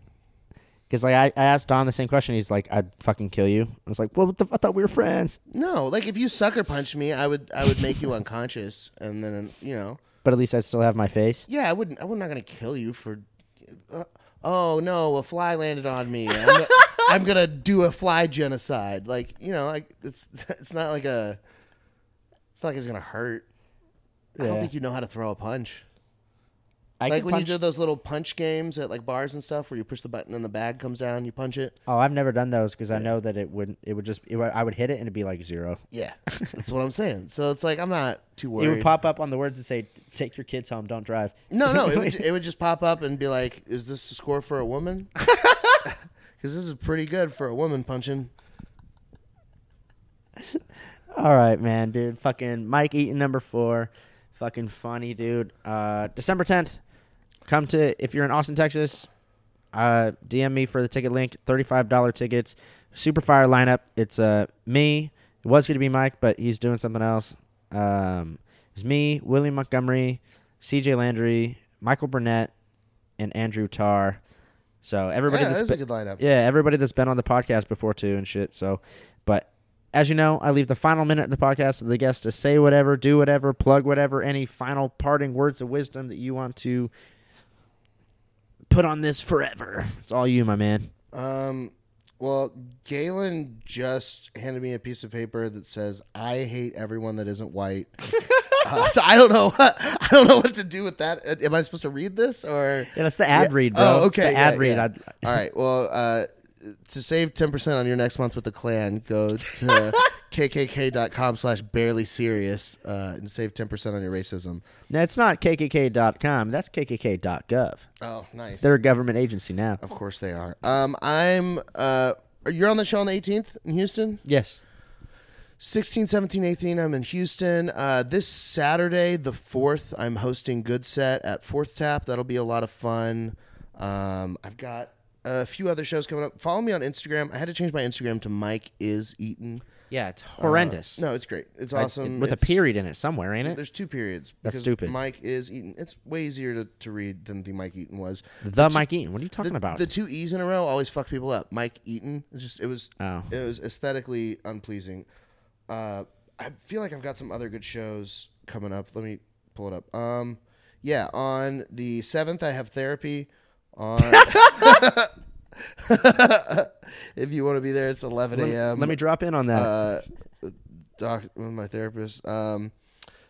Speaker 1: Cause like I, I asked Don the same question. He's like, I'd fucking kill you. I was like, well, what the, I thought we were friends.
Speaker 2: No, like if you sucker punch me, I would I would make you unconscious, and then you know,
Speaker 1: But at least I still have my face.
Speaker 2: yeah, I wouldn't. I'm not gonna kill you for. Uh, oh no, a fly landed on me. I'm, gonna- I'm gonna do a fly genocide. Like you know, like it's it's not like a. It's not like it's gonna hurt. I don't
Speaker 1: Yeah.
Speaker 2: think you know how to throw a punch.
Speaker 1: I
Speaker 2: like
Speaker 1: could
Speaker 2: when
Speaker 1: punch-
Speaker 2: you do those little punch games at like bars and stuff, where you push the button and the bag comes down, you punch it.
Speaker 1: Oh, I've never done those because I know that it would it would just it would, I would hit it and it'd be like zero.
Speaker 2: Yeah, that's what I'm saying. So it's like I'm not too
Speaker 1: It
Speaker 2: worried.
Speaker 1: would pop up on the words that say "Take your kids home, don't drive."
Speaker 2: No, no, it would, it would just pop up and be like, "Is this a score for a woman?" Because this is pretty good for a woman punching.
Speaker 1: All right, man, dude. Fucking Mike Eaton, number four. Fucking funny, dude. Uh, December tenth. Come to if you're in Austin, Texas. Uh, DM me for the ticket link. Thirty-five dollar tickets. Super fire lineup. It's uh me. It was gonna be Mike, but he's doing something else. Um, it's me, William Montgomery, C.J. Landry, Michael Burnett, and Andrew Tarr. So everybody
Speaker 2: Yeah,
Speaker 1: that's
Speaker 2: that's a
Speaker 1: been-
Speaker 2: good lineup.
Speaker 1: yeah, everybody that's been on the podcast before too and shit. So, but as you know, I leave the final minute of the podcast to the guest to say whatever, do whatever, plug whatever, any final parting words of wisdom that you want to put on this forever. It's all you, my man.
Speaker 2: Um, well, Galen just handed me a piece of paper that says, "I hate everyone that isn't white." Uh, so I don't know. I don't know what to do with that. Uh, Am I supposed to read this or?
Speaker 1: Yeah, that's the ad read, bro.
Speaker 2: Oh,
Speaker 1: It's
Speaker 2: okay.
Speaker 1: the
Speaker 2: yeah,
Speaker 1: ad read.
Speaker 2: yeah.
Speaker 1: I'd,
Speaker 2: All right. Well, uh, to save 10% on your next month with the clan, go to kkk.com slash barely serious uh, and save 10% on your racism.
Speaker 1: no, it's not kkk.com. That's kkk.gov.
Speaker 2: Oh, nice.
Speaker 1: They're a government agency now.
Speaker 2: of course they are. Um, I'm, uh, you're on the show on the 18th in Houston?
Speaker 1: Yes.
Speaker 2: 16, 17, 18, I'm in Houston. Uh, this Saturday, the 4th, I'm hosting Good Set at Fourth Tap. That'll be a lot of fun. Um, I've got a few other shows coming up. Follow me on Instagram. I had to change my Instagram to Mike is Eaton.
Speaker 1: Yeah, it's horrendous.
Speaker 2: Uh, No, it's great. It's
Speaker 1: I-
Speaker 2: awesome.
Speaker 1: with a
Speaker 2: It's-
Speaker 1: period in it somewhere, ain't it?
Speaker 2: There's two periods.
Speaker 1: That's
Speaker 2: because
Speaker 1: stupid.
Speaker 2: Mike is Eaton. It's way easier to, to read than the Mike Eaton was.
Speaker 1: The Mike Eaton. What are you talking
Speaker 2: The,
Speaker 1: about?
Speaker 2: the two E's in a row always fuck people up. Mike Eaton. It's just it was
Speaker 1: Oh.
Speaker 2: it was aesthetically unpleasing. Uh, I feel like I've got some other good shows coming up. Let me pull it up. Um, yeah, on the seventh I have therapy. On if you want to be there, it's eleven
Speaker 1: Let me-
Speaker 2: a.m.
Speaker 1: Let me drop in on that.
Speaker 2: uh, doc with my therapist. Um,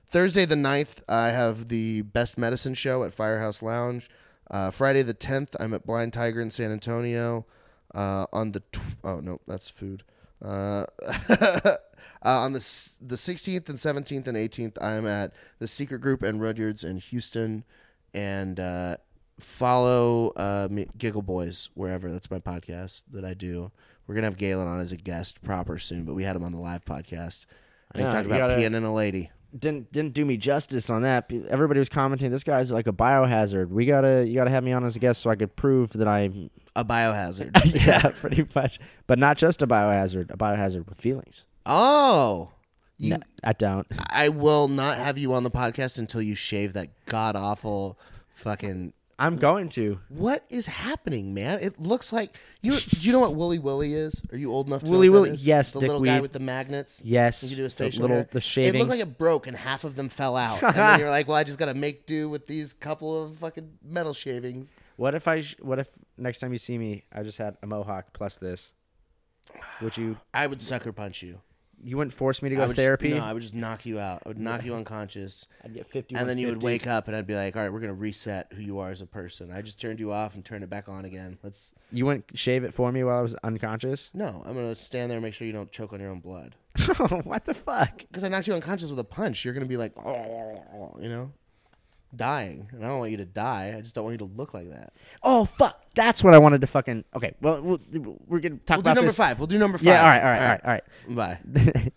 Speaker 2: Thursday the 9th, I have the Best Medicine Show at Firehouse Lounge. Uh, Friday the 10th, I'm at Blind Tiger in San Antonio. Uh, on the tw- oh no, that's food. Uh, uh, on the s- the 16th and 17th and 18th, I'm at the Secret Group and Rudyard's in Houston. And uh, follow uh, me, Giggle Boys wherever. That's my podcast that I do. We're gonna have Galen on as a guest proper soon, but we had him on the live podcast. And
Speaker 1: Yeah,
Speaker 2: he talked
Speaker 1: you
Speaker 2: about
Speaker 1: gotta-
Speaker 2: peeing in a lady.
Speaker 1: didn't didn't do me justice on that. Pe- Everybody was commenting, "This guy's like a biohazard. We gotta you gotta have me on as a guest so I could prove that I'm
Speaker 2: a biohazard.
Speaker 1: yeah, pretty much, but not just a biohazard, a biohazard with feelings.
Speaker 2: oh, you,
Speaker 1: No, I don't.
Speaker 2: I will not have you on the podcast until you shave that god awful fucking.
Speaker 1: I'm going to
Speaker 2: What is happening, man? It looks like you. You know what Wooly Willy is? Are you old enough to? know
Speaker 1: Wooly
Speaker 2: what that
Speaker 1: Willy-
Speaker 2: is?
Speaker 1: yes,
Speaker 2: the little guy
Speaker 1: dickweed.
Speaker 2: with the magnets.
Speaker 1: yes,
Speaker 2: You can do his
Speaker 1: the
Speaker 2: facial
Speaker 1: little
Speaker 2: hair.
Speaker 1: the
Speaker 2: It
Speaker 1: shavings.
Speaker 2: looked like it broke and half of them fell out. and then you're like, well, I just gotta make do with these couple of fucking metal shavings.
Speaker 1: what if I sh- what if next time you see me, I just had a mohawk plus this? Would you?
Speaker 2: I would sucker punch you.
Speaker 1: You wouldn't force me to
Speaker 2: I
Speaker 1: go to
Speaker 2: would just-
Speaker 1: therapy.
Speaker 2: no, I would just knock you out. I would knock you unconscious.
Speaker 1: I'd get fifty.
Speaker 2: and then you would wake up, and I'd be like, "All right, we're gonna reset who you are as a person. I just turned you off and turned it back on again. Let's
Speaker 1: You wouldn't shave it for me while I was unconscious.
Speaker 2: no. I'm gonna stand there and make sure you don't choke on your own blood.
Speaker 1: what the fuck?
Speaker 2: Because I knocked you unconscious with a punch. You're gonna be like, you know, dying. And I don't want you to die. I just don't want you to look like that.
Speaker 1: Oh fuck! That's what I wanted to fucking. Okay, well, we'll we're gonna talk
Speaker 2: We'll do
Speaker 1: about
Speaker 2: number
Speaker 1: this.
Speaker 2: five. We'll do number five.
Speaker 1: Yeah, all right, all right, all right, all right.
Speaker 2: Bye.
Speaker 1: Bye.